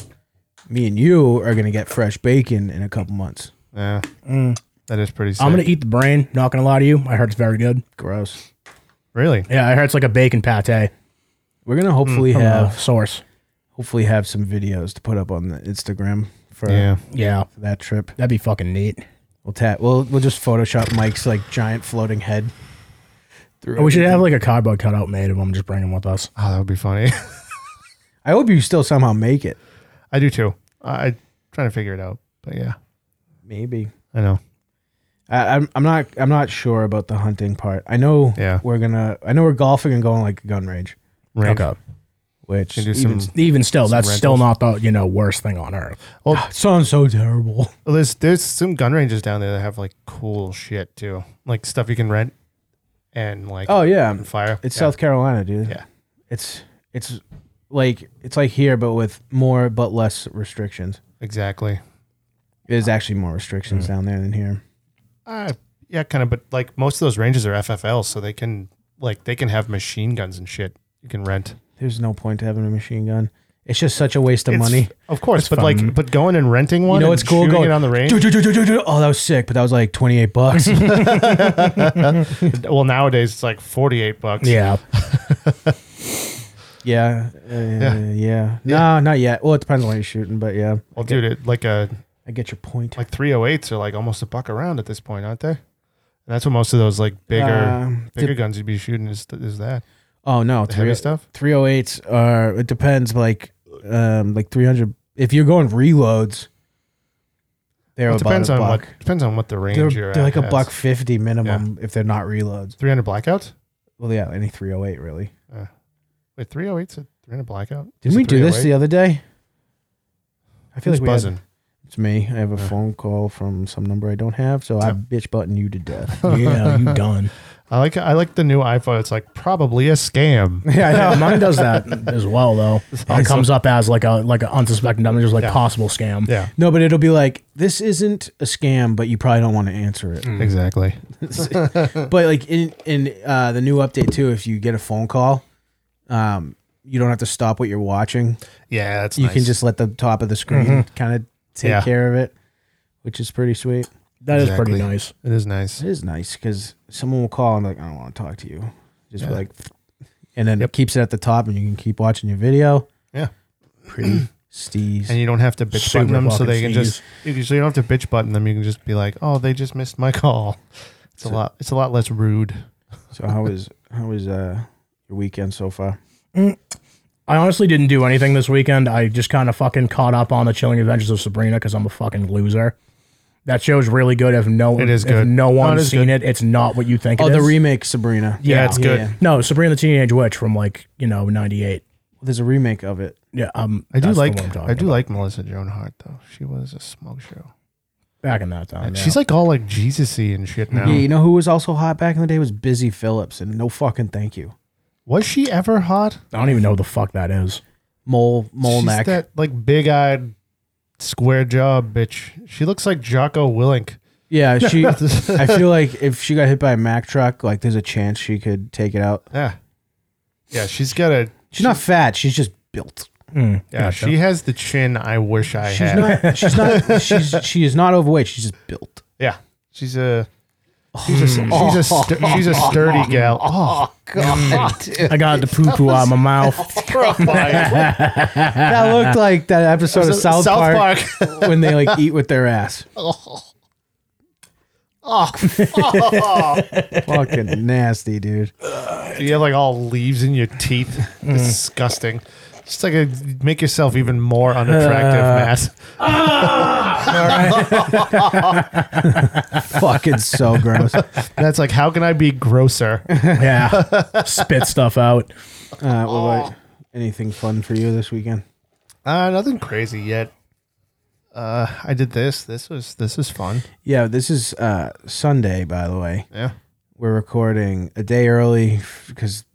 [SPEAKER 2] Me and you are gonna get fresh bacon in a couple months.
[SPEAKER 1] Yeah,
[SPEAKER 2] Mm.
[SPEAKER 1] that is pretty. Sick.
[SPEAKER 3] I'm gonna eat the brain. Not gonna lie to you, I heard it's very good.
[SPEAKER 2] Gross.
[SPEAKER 1] really.
[SPEAKER 3] Yeah, I heard it's like a bacon pate
[SPEAKER 2] We're gonna hopefully
[SPEAKER 3] from uh,
[SPEAKER 2] have
[SPEAKER 3] source.
[SPEAKER 2] hopefully have some videos to put up on the Instagram for
[SPEAKER 1] Yeah,
[SPEAKER 3] Yeah,
[SPEAKER 2] for that trip.
[SPEAKER 3] that'd be fucking neat.
[SPEAKER 2] We'll tat. We'll we'll just Photoshop Mike's like giant floating head. Through
[SPEAKER 3] We should
[SPEAKER 2] everything.
[SPEAKER 3] have like a cardboard cutout made of him. Just bring him with us.
[SPEAKER 1] oh, that would be funny.
[SPEAKER 2] I hope you still somehow make it.
[SPEAKER 1] I do too. I, I'm trying to figure it out, but yeah,
[SPEAKER 2] Maybe.
[SPEAKER 1] I know.
[SPEAKER 2] I, I'm I'm not I'm not sure about the hunting part. I know
[SPEAKER 1] Yeah.
[SPEAKER 2] we're gonna I know we're golfing and going like a gun range,
[SPEAKER 1] Rank up.
[SPEAKER 2] which
[SPEAKER 1] Can do
[SPEAKER 2] even-
[SPEAKER 1] some.
[SPEAKER 3] Even still, that's
[SPEAKER 1] rentals.
[SPEAKER 3] still not the you know worst thing on earth.
[SPEAKER 2] sounds so terrible.
[SPEAKER 1] Well, there's there's some gun ranges down there that have like cool shit too, like stuff you can rent and like
[SPEAKER 2] Oh yeah,
[SPEAKER 1] and fire.
[SPEAKER 2] it's
[SPEAKER 1] Yeah.
[SPEAKER 2] South Carolina, dude.
[SPEAKER 1] Yeah.
[SPEAKER 2] it's it's like it's like here, but with more but less restrictions.
[SPEAKER 1] exactly.
[SPEAKER 2] There's actually more restrictions
[SPEAKER 1] Mm.
[SPEAKER 2] down there than here.
[SPEAKER 1] Uh, yeah, kind of. But like most of those ranges are FFLs, so they can like they can have machine guns and shit. You can rent
[SPEAKER 2] There's no point to having a machine gun. It's just such a waste of money.
[SPEAKER 1] of course. but like, but going and renting one,
[SPEAKER 2] You know
[SPEAKER 1] and
[SPEAKER 2] what's cool?
[SPEAKER 1] shooting
[SPEAKER 2] Going
[SPEAKER 1] it on the range.
[SPEAKER 2] "Ju- ju- ju- ju- ju- ju." Oh, that was sick, but that was like twenty eight bucks.
[SPEAKER 1] Well, nowadays it's like forty eight bucks.
[SPEAKER 3] Yeah,
[SPEAKER 2] yeah, uh, yeah, No, not yet. Well, it depends on what you're shooting, but yeah,
[SPEAKER 1] Well, dude, it, like a
[SPEAKER 2] I get your point.
[SPEAKER 1] like three oh eights are like almost a buck around at this point, aren't they? And that's what most of those like bigger
[SPEAKER 2] Um,
[SPEAKER 1] bigger guns you'd be shooting is is that
[SPEAKER 2] Oh no,
[SPEAKER 1] the heavy
[SPEAKER 2] three-
[SPEAKER 1] stuff.
[SPEAKER 2] 308s are it depends like um like 300 if you're going reloads they're
[SPEAKER 1] Well, It
[SPEAKER 2] about
[SPEAKER 1] depends
[SPEAKER 2] a
[SPEAKER 1] on
[SPEAKER 2] buck.
[SPEAKER 1] what depends on what the range
[SPEAKER 2] they're
[SPEAKER 1] you're
[SPEAKER 2] they're like
[SPEAKER 1] at
[SPEAKER 2] a buck 50 minimum if they're not reloads.
[SPEAKER 1] Three hundred blackouts.
[SPEAKER 2] Well yeah, any 308 really.
[SPEAKER 1] Wait, three oh eight's a three hundred blackout.
[SPEAKER 2] Didn't we do this the other day? I feel like we had-
[SPEAKER 1] oh buzzing.
[SPEAKER 2] it's me. I have a phone call from some number I don't have, so I bitch button you to death.
[SPEAKER 3] yeah, you done.
[SPEAKER 1] I like I like the new iPhone. It's like probably a scam.
[SPEAKER 3] Yeah, I know. mine does that as well though. It comes up as like a like an unsuspecting number, just like
[SPEAKER 1] Yeah.
[SPEAKER 3] possible scam.
[SPEAKER 1] yeah,
[SPEAKER 2] no, but it'll be like this isn't a scam, but you probably don't want to answer it.
[SPEAKER 1] Mm. exactly.
[SPEAKER 2] but like in in uh, the new update too, if you get a phone call, um, you don't have to stop what you're watching.
[SPEAKER 1] Yeah, that's
[SPEAKER 2] You
[SPEAKER 1] nice. Mm-hmm.
[SPEAKER 2] can just let the top of the screen kind of take
[SPEAKER 1] Yeah.
[SPEAKER 2] care of it, which is pretty sweet.
[SPEAKER 3] That is pretty
[SPEAKER 1] Exactly.
[SPEAKER 3] nice.
[SPEAKER 1] it is nice.
[SPEAKER 2] It is nice because someone will call and be like, I don't want to talk to you. Just be like, and then it keeps it at the top, and you can keep watching your video.
[SPEAKER 1] Yeah.
[SPEAKER 2] pretty steez.
[SPEAKER 1] And you don't have to bitch
[SPEAKER 3] Super
[SPEAKER 1] button them, so
[SPEAKER 3] fucking
[SPEAKER 1] they can just
[SPEAKER 3] sneeze.
[SPEAKER 1] you can- so you don't have to bitch button them. You can just be like, oh, they just missed my call. It's a lot. It's a lot less rude.
[SPEAKER 2] So how was how was uh your weekend so far?
[SPEAKER 3] I honestly didn't do anything this weekend. I just kind of fucking caught up on the Chilling Adventures of Sabrina because I'm a fucking loser. That show's really good. If no,
[SPEAKER 1] It is
[SPEAKER 3] if
[SPEAKER 1] good.
[SPEAKER 3] no
[SPEAKER 1] No, it
[SPEAKER 3] one's
[SPEAKER 1] is
[SPEAKER 3] seen it, it's not what you think.
[SPEAKER 2] Oh,
[SPEAKER 3] it
[SPEAKER 2] the
[SPEAKER 3] is.
[SPEAKER 2] remake Sabrina.
[SPEAKER 1] Yeah, it's good.
[SPEAKER 2] yeah.
[SPEAKER 3] No, Sabrina the Teenage Witch from like you know '98.
[SPEAKER 2] There's a remake of it.
[SPEAKER 3] Yeah, um,
[SPEAKER 1] I do
[SPEAKER 3] that's the
[SPEAKER 1] like.
[SPEAKER 3] one I'm
[SPEAKER 1] I do
[SPEAKER 3] talking about.
[SPEAKER 1] like Melissa Joan Hart though. She was a smoke show.
[SPEAKER 3] back in that time.
[SPEAKER 1] And
[SPEAKER 3] yeah.
[SPEAKER 1] She's like all like Jesus-y and shit now.
[SPEAKER 2] Yeah, you know who was also hot back in the day was Busy Phillips, and no fucking thank you.
[SPEAKER 1] Was she ever hot?
[SPEAKER 3] I don't even know who the fuck that is.
[SPEAKER 2] Mole mole
[SPEAKER 1] She's
[SPEAKER 2] neck.
[SPEAKER 1] that like big-eyed, square jaw bitch. She looks like Jocko Willink.
[SPEAKER 2] yeah, she. I feel like if she got hit by a Mack truck, like there's a chance she could take it out.
[SPEAKER 1] Yeah, yeah. She's got a.
[SPEAKER 2] She's not fat. She's just built.
[SPEAKER 3] Mm,
[SPEAKER 1] Yeah, she has the chin I wish I
[SPEAKER 2] She's
[SPEAKER 1] had.
[SPEAKER 2] not. She's not. She's she is not overweight. She's just built.
[SPEAKER 1] yeah, she's a. She's a, she's, a stu- she's a sturdy gal. Oh,
[SPEAKER 3] I got the poo poo out of my mouth.
[SPEAKER 2] That looked like that episode of ah. South, Park, Oh, when they like eat with their ass. Fucking nasty, dude.
[SPEAKER 1] you have like all leaves in your teeth.
[SPEAKER 2] Mm.
[SPEAKER 1] Disgusting. Just like a, make yourself even more unattractive,
[SPEAKER 2] Uh.
[SPEAKER 1] Matt.
[SPEAKER 2] Fucking so gross. Uh,
[SPEAKER 1] That's like, how can I be grosser?
[SPEAKER 3] yeah, spit stuff out.
[SPEAKER 2] well, like, anything fun for you this weekend?
[SPEAKER 1] Uh, nothing crazy yet. Uh, I did this. This was this is fun.
[SPEAKER 2] Yeah, this is uh, Sunday, by the way.
[SPEAKER 1] Yeah.
[SPEAKER 2] We're recording a day early because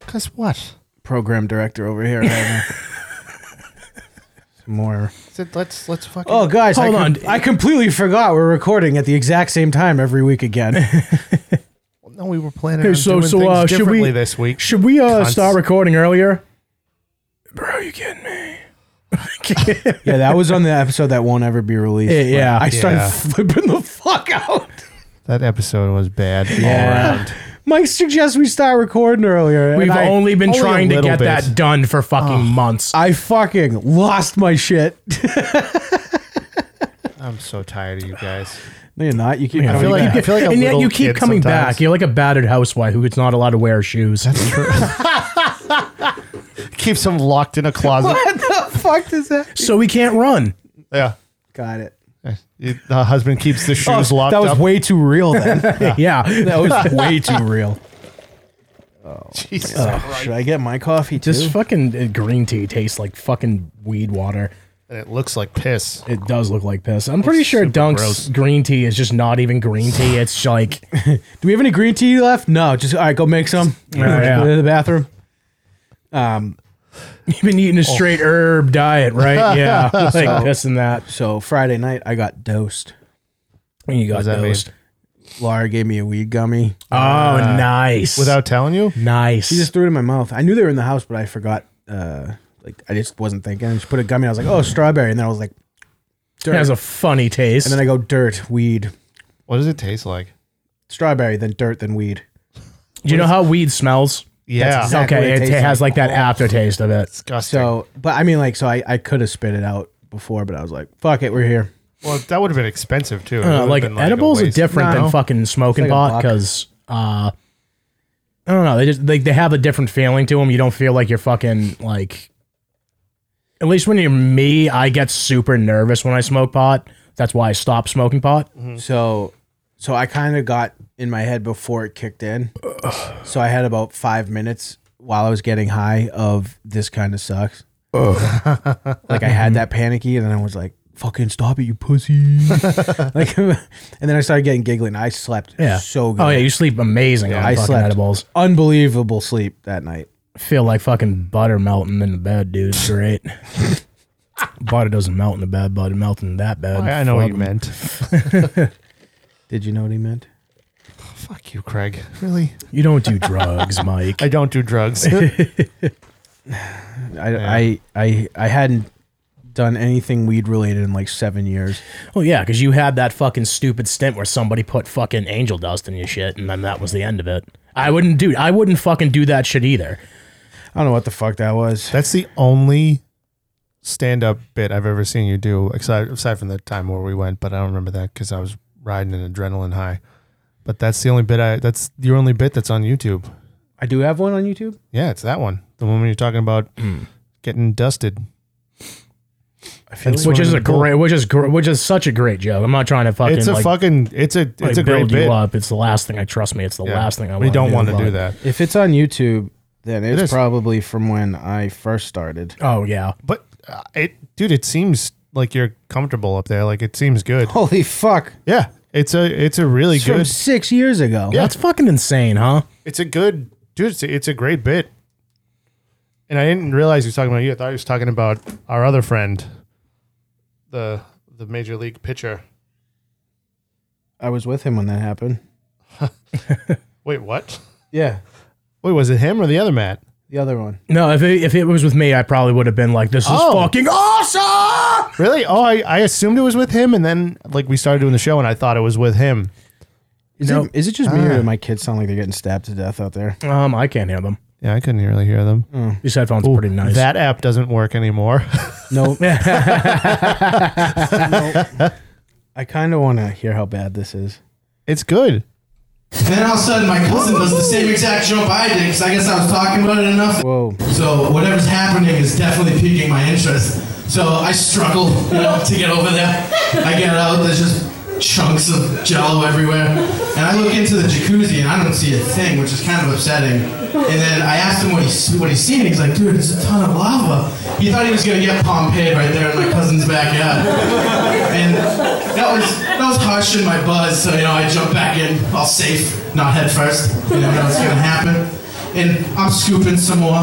[SPEAKER 1] Cause what?
[SPEAKER 2] program director over here. Right now. Some More.
[SPEAKER 1] So Let's let's fucking.
[SPEAKER 2] Oh, guys,
[SPEAKER 3] Hold
[SPEAKER 2] I
[SPEAKER 3] on.
[SPEAKER 2] I completely forgot we're recording at the exact same time every week again.
[SPEAKER 1] no, we were planning
[SPEAKER 3] Hey,
[SPEAKER 1] on
[SPEAKER 3] so
[SPEAKER 1] doing
[SPEAKER 3] so
[SPEAKER 1] things
[SPEAKER 3] uh, should
[SPEAKER 1] differently
[SPEAKER 3] we
[SPEAKER 1] this week.
[SPEAKER 3] Should we uh,
[SPEAKER 1] Cunts.
[SPEAKER 3] start recording earlier? Bro, you kidding me?
[SPEAKER 2] yeah, that was on the episode that won't ever be released.
[SPEAKER 3] Yeah, yeah.
[SPEAKER 2] I started
[SPEAKER 1] Yeah.
[SPEAKER 2] flipping the fuck out.
[SPEAKER 1] that episode was bad all around.
[SPEAKER 2] Mike suggests we start recording earlier. and
[SPEAKER 3] We've
[SPEAKER 2] I-
[SPEAKER 3] only been
[SPEAKER 1] only a
[SPEAKER 3] trying to
[SPEAKER 1] little
[SPEAKER 3] get
[SPEAKER 1] bit.
[SPEAKER 3] that done for fucking months.
[SPEAKER 2] I fucking lost my shit.
[SPEAKER 1] I'm so tired of you guys.
[SPEAKER 2] No, you're not. You keep.
[SPEAKER 1] I feel like I feel like a
[SPEAKER 3] and yet
[SPEAKER 1] little
[SPEAKER 3] you keep
[SPEAKER 1] kid
[SPEAKER 3] coming
[SPEAKER 1] sometimes.
[SPEAKER 3] back. You're like a battered housewife who's not allowed to wear shoes.
[SPEAKER 1] Keeps them locked in a closet.
[SPEAKER 2] what the fuck does that?
[SPEAKER 3] so we can't run.
[SPEAKER 1] yeah.
[SPEAKER 2] Got it.
[SPEAKER 1] Uh, It- The husband keeps the shoes
[SPEAKER 2] Oh,
[SPEAKER 1] locked
[SPEAKER 2] that was
[SPEAKER 1] up.
[SPEAKER 2] way too real. Then
[SPEAKER 3] Yeah.
[SPEAKER 2] that was way too real.
[SPEAKER 1] Jesus
[SPEAKER 2] Should I get my coffee too?
[SPEAKER 3] This fucking uh, green tea tastes like fucking weed water.
[SPEAKER 1] And it looks like piss.
[SPEAKER 3] It does look like piss. I'm pretty sure
[SPEAKER 1] super
[SPEAKER 3] Dunk's
[SPEAKER 1] gross.
[SPEAKER 3] green tea is just not even green tea. It's like
[SPEAKER 2] Do we have any green tea left? No. Just all right. Go make some.
[SPEAKER 3] yeah.
[SPEAKER 2] Go to the bathroom.
[SPEAKER 3] you've been eating
[SPEAKER 1] Oh.
[SPEAKER 3] a straight herb diet, right? Yeah, like this and that.
[SPEAKER 2] So Friday night, I got dosed.
[SPEAKER 3] And you got
[SPEAKER 1] does that mean? Uh,
[SPEAKER 3] dosed.
[SPEAKER 2] Laura gave me a weed gummy.
[SPEAKER 3] Oh, nice.
[SPEAKER 1] Without telling you?
[SPEAKER 3] nice.
[SPEAKER 2] She just threw it in my mouth. I knew they were in the house, but I forgot. Uh, like I just wasn't thinking. And she put a gummy. I was like, oh, strawberry, and then I was like,
[SPEAKER 3] it has a funny taste.
[SPEAKER 2] and then I go dirt, weed,
[SPEAKER 1] What does it taste like?
[SPEAKER 2] strawberry, then dirt, then weed.
[SPEAKER 3] Do you know how weed smells?
[SPEAKER 2] exact-
[SPEAKER 1] Yeah.
[SPEAKER 2] Exactly
[SPEAKER 3] okay,
[SPEAKER 2] what it
[SPEAKER 3] it, it
[SPEAKER 2] tastes
[SPEAKER 3] has
[SPEAKER 2] like.
[SPEAKER 3] like that aftertaste of it.
[SPEAKER 1] Disgusting.
[SPEAKER 2] So, but I mean, like, so I, I could have spit it out before, but I was like, fuck it, we're here.
[SPEAKER 1] well, that would have been expensive too. It would
[SPEAKER 3] Uh,
[SPEAKER 1] have
[SPEAKER 3] like,
[SPEAKER 1] been, a
[SPEAKER 3] edibles are
[SPEAKER 1] waste.
[SPEAKER 3] different
[SPEAKER 2] No.
[SPEAKER 3] than fucking smoking
[SPEAKER 2] It's like a buck.
[SPEAKER 3] pot because uh, I don't know. They just like they have a different feeling to them. You don't feel like you're fucking like. At least when you're me, I get super nervous when I smoke pot. That's why I stopped smoking pot.
[SPEAKER 2] Mm-hmm. So, so I kind of got in my head before it kicked in. so I had about five minutes while I was getting high of this kind of sucks. like I had that panicky, and then I was like, "Fucking stop it, you pussy!" like, and then I started getting giggling. I slept
[SPEAKER 3] Yeah.
[SPEAKER 2] so good.
[SPEAKER 3] Oh yeah, you sleep amazing on
[SPEAKER 2] I
[SPEAKER 3] fucking
[SPEAKER 2] slept.
[SPEAKER 3] edibles.
[SPEAKER 2] Unbelievable sleep that night.
[SPEAKER 3] Feel like fucking butter melting in the bed, dude. It's great. butter doesn't melt in the bed, but it melts in that bed.
[SPEAKER 1] I, I know what you
[SPEAKER 3] Fuck.
[SPEAKER 1] meant.
[SPEAKER 2] Did you know what he meant?
[SPEAKER 1] Fuck you, Craig. Really?
[SPEAKER 3] You don't do drugs, Mike.
[SPEAKER 1] I don't do drugs.
[SPEAKER 2] I, I I I hadn't done anything weed related in like seven years.
[SPEAKER 3] Oh yeah, because you had that fucking stupid stint where somebody put fucking angel dust in your shit, and then that was the end of it. I wouldn't do. I wouldn't fucking do that shit either.
[SPEAKER 2] I don't know what the fuck that was.
[SPEAKER 1] That's the only stand-up bit I've ever seen you do, aside, aside from the time where we went. But I don't remember that because I was riding an adrenaline high. But that's the only bit I. That's your only bit that's on YouTube.
[SPEAKER 2] I do have one on YouTube.
[SPEAKER 1] Yeah, it's that one. The one where you're talking about getting dusted.
[SPEAKER 2] I feel
[SPEAKER 1] And
[SPEAKER 2] like
[SPEAKER 1] so-
[SPEAKER 3] Which is a
[SPEAKER 1] Swimming in the pool.
[SPEAKER 3] great. Which is gr- which is such a great joke. I'm not trying to fucking.
[SPEAKER 1] it's a
[SPEAKER 3] like,
[SPEAKER 1] fucking. It's a. It's
[SPEAKER 3] like,
[SPEAKER 1] a great
[SPEAKER 3] build you
[SPEAKER 1] bit.
[SPEAKER 3] up. It's the last thing. I trust me. It's the
[SPEAKER 1] Yeah.
[SPEAKER 3] last thing I.
[SPEAKER 1] we
[SPEAKER 3] wanna
[SPEAKER 1] don't want to
[SPEAKER 3] but-
[SPEAKER 1] do that.
[SPEAKER 2] if it's on YouTube, then it's
[SPEAKER 1] is.
[SPEAKER 2] probably from when I first started.
[SPEAKER 3] Oh yeah.
[SPEAKER 1] But uh, it, dude, it seems like you're comfortable up there. Like it seems good.
[SPEAKER 2] Holy fuck!
[SPEAKER 1] Yeah, it's a. It's a really
[SPEAKER 2] It's from
[SPEAKER 1] good.
[SPEAKER 2] six years ago.
[SPEAKER 3] That's fucking insane, huh?
[SPEAKER 1] It's a good dude. It's a, it's a great bit. And I didn't realize he was talking about you. I thought he was talking about our other friend, the the major league pitcher.
[SPEAKER 2] I was with him when that happened.
[SPEAKER 1] Wait, what?
[SPEAKER 2] Yeah,
[SPEAKER 1] Wait, was it him or the other Matt?
[SPEAKER 2] the other one.
[SPEAKER 3] No, if it, if it was with me, I probably would have been like, "This is
[SPEAKER 1] Oh.
[SPEAKER 3] fucking awesome."
[SPEAKER 1] Really? Oh, I, I assumed it was with him, and then like we started doing the show, and I thought it was with him.
[SPEAKER 2] Is,
[SPEAKER 3] No.
[SPEAKER 2] it, is it just me
[SPEAKER 5] Ah.
[SPEAKER 2] or do my kids sound like they're getting stabbed to death out there?
[SPEAKER 3] Um, I can't hear them.
[SPEAKER 1] Yeah, I couldn't really hear them.
[SPEAKER 3] These headphones are pretty nice.
[SPEAKER 1] That app doesn't work anymore.
[SPEAKER 2] No. I kind of want to hear how bad this is.
[SPEAKER 1] it's good.
[SPEAKER 5] Then all of a sudden, my cousin does the same exact jump I did because I guess I was talking about it enough.
[SPEAKER 2] Whoa.
[SPEAKER 5] So whatever's happening is definitely piquing my interest. So I struggle, you know, to get over there. I get out, there's just chunks of jello everywhere. And I look into the jacuzzi and I don't see a thing, which is kind of upsetting. And then I asked him what he's what he's seen. and He's like, dude, there's a ton of lava. He thought he was gonna get Pompeii right there in my cousin's backyard. And that was that was harsh in my buzz, so you know I jumped back in, all safe, not head first. You never know what's gonna happen. And I'm scooping some more.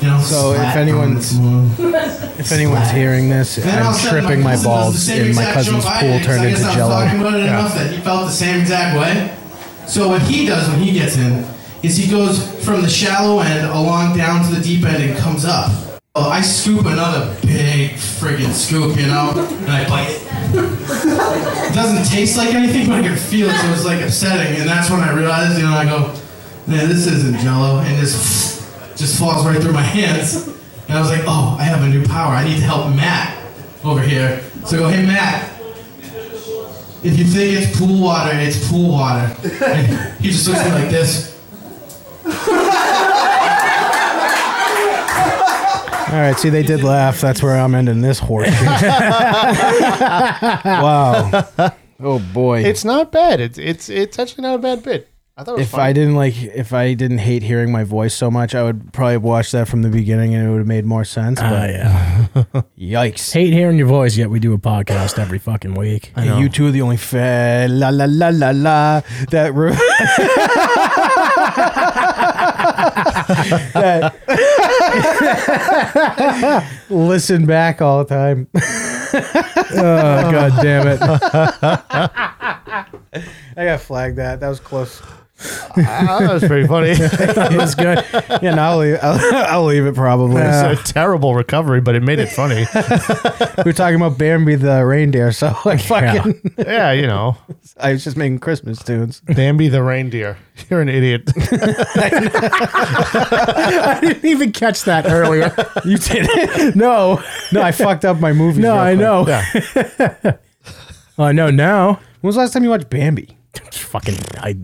[SPEAKER 5] You know,
[SPEAKER 2] So if
[SPEAKER 5] splat
[SPEAKER 2] anyone's-
[SPEAKER 5] on the floor.
[SPEAKER 2] If anyone's hearing this,
[SPEAKER 5] Then I'll
[SPEAKER 2] I'm
[SPEAKER 5] send
[SPEAKER 2] tripping my
[SPEAKER 5] cousin does the
[SPEAKER 2] balls,
[SPEAKER 5] same
[SPEAKER 2] and my
[SPEAKER 5] exact
[SPEAKER 2] cousin's
[SPEAKER 5] show I
[SPEAKER 2] pool
[SPEAKER 5] did, 'cause
[SPEAKER 2] turned
[SPEAKER 5] I
[SPEAKER 2] into
[SPEAKER 5] guess I was talking
[SPEAKER 2] jello.
[SPEAKER 5] about it enough that he felt the same exact way. So what he does when he gets in is he goes from the shallow end along down to the deep end and comes up. Oh, I scoop another big friggin' scoop, you know, and I bite it. It doesn't taste like anything, but I can feel it, so it's like upsetting. And that's when I realized, you know, I go, man, this isn't jello. And this just falls right through my hands. And I was like, oh, I have a new power. I need to help Matt over here. So I go, hey, Matt, if you think it's pool water, it's pool water. And he just looks at me like this.
[SPEAKER 2] All right, see, they did laugh. That's where I'm ending this horseshit. wow. Oh boy.
[SPEAKER 1] It's not bad. It's it's it's actually not a bad bit. I thought it was
[SPEAKER 2] if I
[SPEAKER 1] fine.
[SPEAKER 2] didn't like, if I didn't hate hearing my voice so much, I would probably have watched that from the beginning, and it would have made more sense. But
[SPEAKER 3] Ah, yeah.
[SPEAKER 2] yikes!
[SPEAKER 3] Hate hearing your voice, yet we do a podcast every fucking week.
[SPEAKER 2] You two are the only fa- la la la la la that re- that listen back all the time. oh god damn it! I got flagged that. That was close.
[SPEAKER 1] Ah, that was pretty funny. it's
[SPEAKER 2] It was good. Yeah, no, I'll leave. I'll, I'll leave it probably.
[SPEAKER 1] a terrible recovery, but it made it funny.
[SPEAKER 2] we were talking about Bambi the reindeer, so I fucking
[SPEAKER 1] yeah, you know,
[SPEAKER 2] I was just making Christmas tunes.
[SPEAKER 1] Bambi the reindeer. You're an idiot.
[SPEAKER 3] I didn't even catch that earlier.
[SPEAKER 2] You did it? No, no, I fucked up my movie.
[SPEAKER 3] no, I know.
[SPEAKER 1] Yeah.
[SPEAKER 3] I know now.
[SPEAKER 2] When was the last time you watched Bambi?
[SPEAKER 3] Fucking I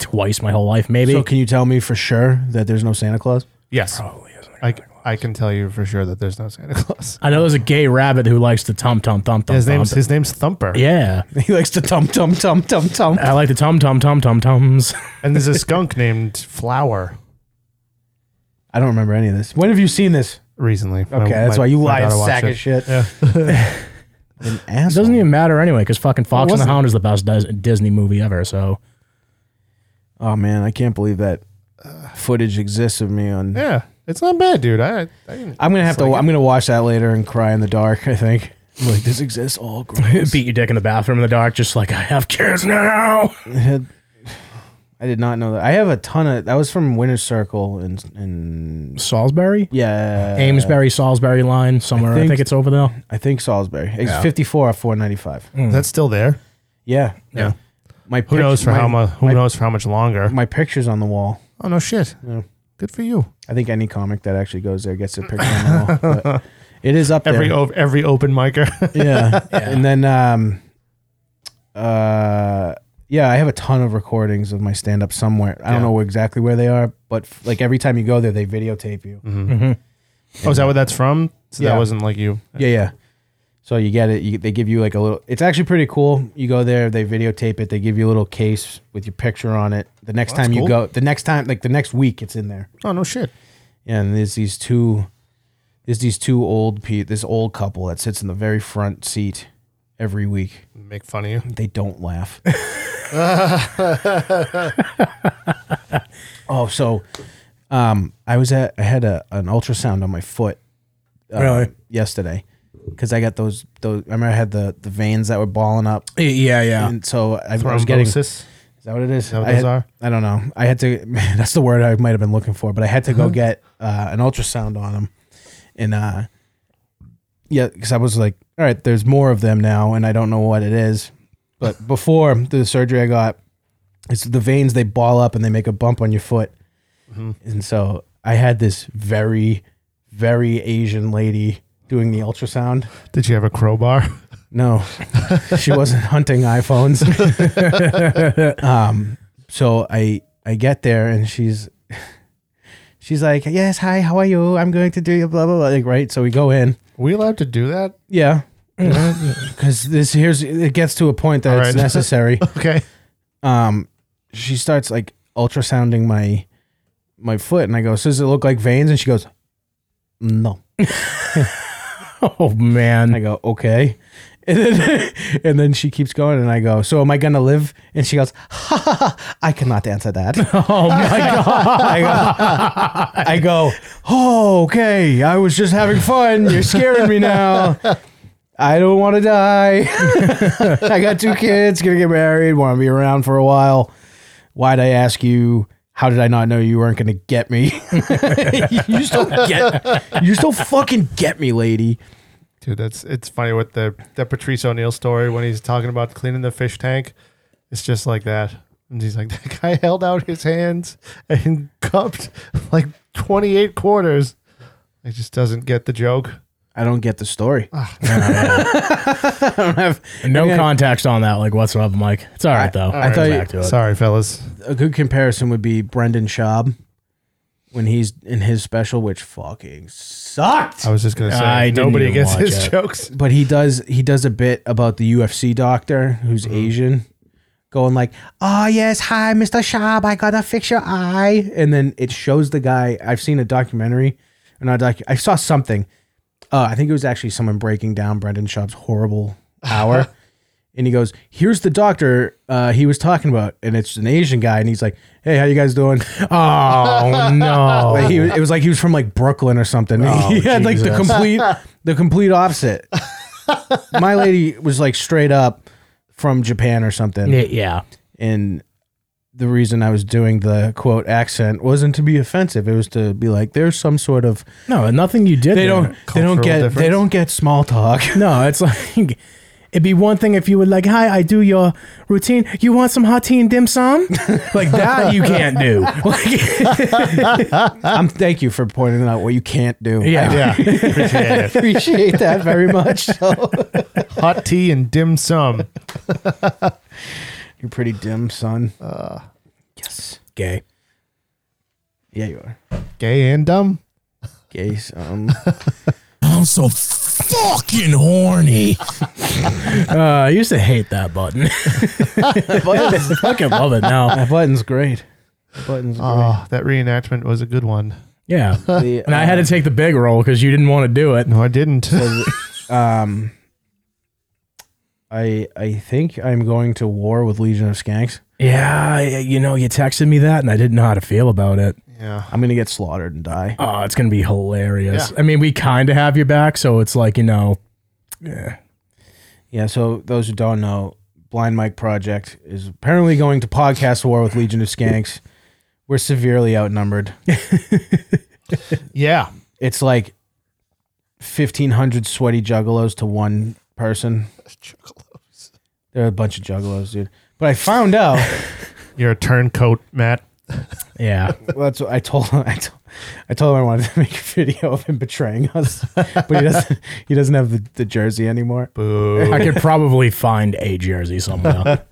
[SPEAKER 3] twice my whole life, maybe.
[SPEAKER 2] So can you tell me for sure that there's no Santa Claus?
[SPEAKER 1] Yes,
[SPEAKER 2] Oh,
[SPEAKER 1] I I can tell you for sure that there's no Santa Claus.
[SPEAKER 3] I know there's a gay rabbit who likes to tum tum tum tum.
[SPEAKER 1] His
[SPEAKER 3] tum,
[SPEAKER 1] name's
[SPEAKER 3] tum.
[SPEAKER 1] his name's Thumper.
[SPEAKER 3] yeah.
[SPEAKER 2] He likes to tum tum tum tum tum.
[SPEAKER 3] I like the tum tum tum tum tums.
[SPEAKER 1] And there's a skunk named Flower
[SPEAKER 2] I don't remember any of this. When have you seen this?
[SPEAKER 1] recently. Okay,
[SPEAKER 3] Oh,
[SPEAKER 2] Okay, that's why you lied, sack of shit. An
[SPEAKER 3] It
[SPEAKER 2] asshole.
[SPEAKER 3] doesn't even matter anyway, because fucking Fox and the
[SPEAKER 2] wasn't-
[SPEAKER 3] Hound is the best Dis- Disney movie ever. So
[SPEAKER 2] oh man, I can't believe that footage exists of me on.
[SPEAKER 1] Yeah, it's not bad, dude. I, I didn't-
[SPEAKER 2] I'm gonna have to. I'm gonna watch that later and cry in the dark. I think. I'm like this exists. All gross.
[SPEAKER 3] beat your dick in the bathroom in the dark, just like I have kids now.
[SPEAKER 2] had- I did not know that. I have a ton of that was from Winter Circle and and
[SPEAKER 3] Salisbury,
[SPEAKER 2] yeah,
[SPEAKER 3] Amesbury, Salisbury line somewhere. I think,
[SPEAKER 2] think-
[SPEAKER 3] it's over there.
[SPEAKER 2] I think Salisbury. It's fifty four or four ninety five.
[SPEAKER 1] That's still there.
[SPEAKER 2] Yeah, yeah. My
[SPEAKER 1] Who knows for
[SPEAKER 2] my,
[SPEAKER 1] how much? Who
[SPEAKER 2] my,
[SPEAKER 1] knows for how much longer?
[SPEAKER 2] My picture's on the wall.
[SPEAKER 1] Oh no, shit. Good for you.
[SPEAKER 2] I think any comic that actually goes there gets a picture on the wall. But it is up
[SPEAKER 1] Every
[SPEAKER 2] there.
[SPEAKER 1] o- every open micer.
[SPEAKER 2] yeah. and then um, uh, yeah, I have a ton of recordings of my stand up somewhere. I don't know exactly where they are, but f- like every time you go there, they videotape you.
[SPEAKER 1] Mm-hmm. oh, is that where that's from? So that
[SPEAKER 2] Yeah.
[SPEAKER 1] wasn't like you.
[SPEAKER 2] Yeah, yeah. So you get it. You, they give you like a little. It's actually pretty cool. You go there, they videotape it. They give you a little case with your picture on it. The next
[SPEAKER 1] that's
[SPEAKER 2] time you
[SPEAKER 1] cool.
[SPEAKER 2] go, the next time, like the next week, it's in there.
[SPEAKER 1] Oh no, shit.
[SPEAKER 2] Yeah, and there's these two, there's these two old pe this old couple that sits in the very front seat every week.
[SPEAKER 1] Make fun of you.
[SPEAKER 2] They don't laugh. oh, so, um, I was at I had a an ultrasound on my foot uh,
[SPEAKER 3] Really?
[SPEAKER 2] yesterday because I got those those. I remember I had the the veins that were balling up,
[SPEAKER 3] Yeah, yeah.
[SPEAKER 2] and so I, I was getting. Is
[SPEAKER 1] Thrombosis.
[SPEAKER 2] that what it is?
[SPEAKER 1] that what
[SPEAKER 2] I
[SPEAKER 1] those
[SPEAKER 2] had-
[SPEAKER 1] are?
[SPEAKER 2] I don't know. I had to. that's the word I might have been looking for, but I had to go get uh, an ultrasound on them, and uh, yeah, because I was like, all right, there's more of them now, and I don't know what it is, but before the surgery I got, it's the veins they ball up and they make a bump on your foot, and so I had this very, very Asian lady doing the ultrasound.
[SPEAKER 1] Did you have a crowbar?
[SPEAKER 2] No, she wasn't hunting iPhones. um, so I I get there and she's she's like, yes, hi, how are you? I'm going to do your blah blah blah. Like, right? So we go in.
[SPEAKER 1] we allowed to do that?
[SPEAKER 2] Yeah, because this here's it gets to a point that
[SPEAKER 1] All
[SPEAKER 2] it's
[SPEAKER 1] right.
[SPEAKER 2] necessary.
[SPEAKER 1] Okay.
[SPEAKER 2] Um, she starts like ultrasounding my my foot, and I go, so does it look like veins? And she goes, no.
[SPEAKER 3] Oh man,
[SPEAKER 2] I go, okay. And then, and then she keeps going, and I go, "So am I gonna live?" And she goes, "Ha ha! ha I cannot answer that."
[SPEAKER 3] Oh my god!
[SPEAKER 2] I go, I go, oh, okay. I was just having fun. You're scaring me now. I don't want to die. I got two kids, gonna get married, want to be around for a while. Why'd I ask you? How did I not know you weren't gonna get me? you still get, you still fucking get me, lady.
[SPEAKER 1] Dude, that's it's funny with the that Patrice O'Neill story when he's talking about cleaning the fish tank. It's just like that. And he's like, that guy held out his hands and cupped like 28 quarters. It just doesn't get the joke.
[SPEAKER 2] I don't get the story. I don't have
[SPEAKER 3] No
[SPEAKER 2] Yeah.
[SPEAKER 3] context on that, like whatsoever, Mike. It's all right though.
[SPEAKER 2] I thought you-
[SPEAKER 3] back to it.
[SPEAKER 1] Sorry, fellas.
[SPEAKER 2] a good comparison would be Brendan Schaub when he's in his special, which fucking sucked.
[SPEAKER 1] I was just gonna say
[SPEAKER 3] I didn't
[SPEAKER 1] nobody
[SPEAKER 3] even
[SPEAKER 1] gets
[SPEAKER 3] watch
[SPEAKER 1] his
[SPEAKER 3] it.
[SPEAKER 1] jokes.
[SPEAKER 2] But he does he does a bit about the UFC doctor who's Asian, going like, "Oh yes, hi, Mister Schaub, I gotta fix your eye," and then it shows the guy. I've seen a documentary, or not a docu. I saw something. Uh, I think it was actually someone breaking down Brendan Schaub's horrible hour. and he goes, "Here's the doctor uh, he was talking about," and it's an Asian guy, and he's like, "Hey, how you guys doing?"
[SPEAKER 3] Oh no!
[SPEAKER 2] Like, he, it was like he was from like Brooklyn or something. he had like the complete the complete opposite. My lady was like straight up from Japan or something,
[SPEAKER 3] Y- yeah.
[SPEAKER 2] and the reason I was doing the quote accent wasn't to be offensive. It was to be like, there's some sort of
[SPEAKER 3] No, nothing you did.
[SPEAKER 2] they
[SPEAKER 3] there.
[SPEAKER 2] don't they don't
[SPEAKER 1] Cultural
[SPEAKER 2] get they
[SPEAKER 1] difference?
[SPEAKER 2] don't get small talk.
[SPEAKER 3] No, it's like it'd be one thing if you were like, "Hi, I do your routine. You want some hot tea and dim sum?" like that you can't do. Like,
[SPEAKER 2] I'm thank you for pointing out what you can't do.
[SPEAKER 3] yeah.
[SPEAKER 1] Yeah, appreciate
[SPEAKER 2] I
[SPEAKER 1] it.
[SPEAKER 2] appreciate that very much. So.
[SPEAKER 1] Hot tea and dim sum.
[SPEAKER 2] You're pretty dim, son. yes.
[SPEAKER 3] Gay.
[SPEAKER 2] Yeah, you are.
[SPEAKER 1] Gay and dumb.
[SPEAKER 2] Gay. Um,
[SPEAKER 6] I'm so fucking horny.
[SPEAKER 3] Uh, I used to hate that button. I fucking love it now.
[SPEAKER 2] That button's great. That button's
[SPEAKER 1] Oh, that reenactment was a good one.
[SPEAKER 3] Yeah.
[SPEAKER 2] great. The,
[SPEAKER 3] And I had to take the big roll because you didn't want to do it.
[SPEAKER 1] No, I didn't.
[SPEAKER 2] um, I I think I'm going to war with Legion of Skanks.
[SPEAKER 3] Yeah, y- you know, you texted me that, and I didn't know how to feel about it.
[SPEAKER 1] yeah.
[SPEAKER 2] I'm gonna get slaughtered and die.
[SPEAKER 3] Oh, it's gonna be hilarious.
[SPEAKER 1] Yeah.
[SPEAKER 3] I mean, we kind of have your back, so it's like you know,
[SPEAKER 2] Yeah. So those who don't know, Blind Mike Project is apparently going to podcast war with Legion of Skanks. We're severely outnumbered.
[SPEAKER 1] Yeah.
[SPEAKER 2] It's like fifteen hundred sweaty juggalos to one person. They're a bunch of juggalos, dude. But I found out.
[SPEAKER 1] You're a turncoat, Matt.
[SPEAKER 3] yeah.
[SPEAKER 2] Well, that's what I told him. I told, I told him I wanted to make a video of him betraying us, but he doesn't. He doesn't have the, the jersey anymore.
[SPEAKER 1] Boo.
[SPEAKER 3] I could probably find a jersey somewhere.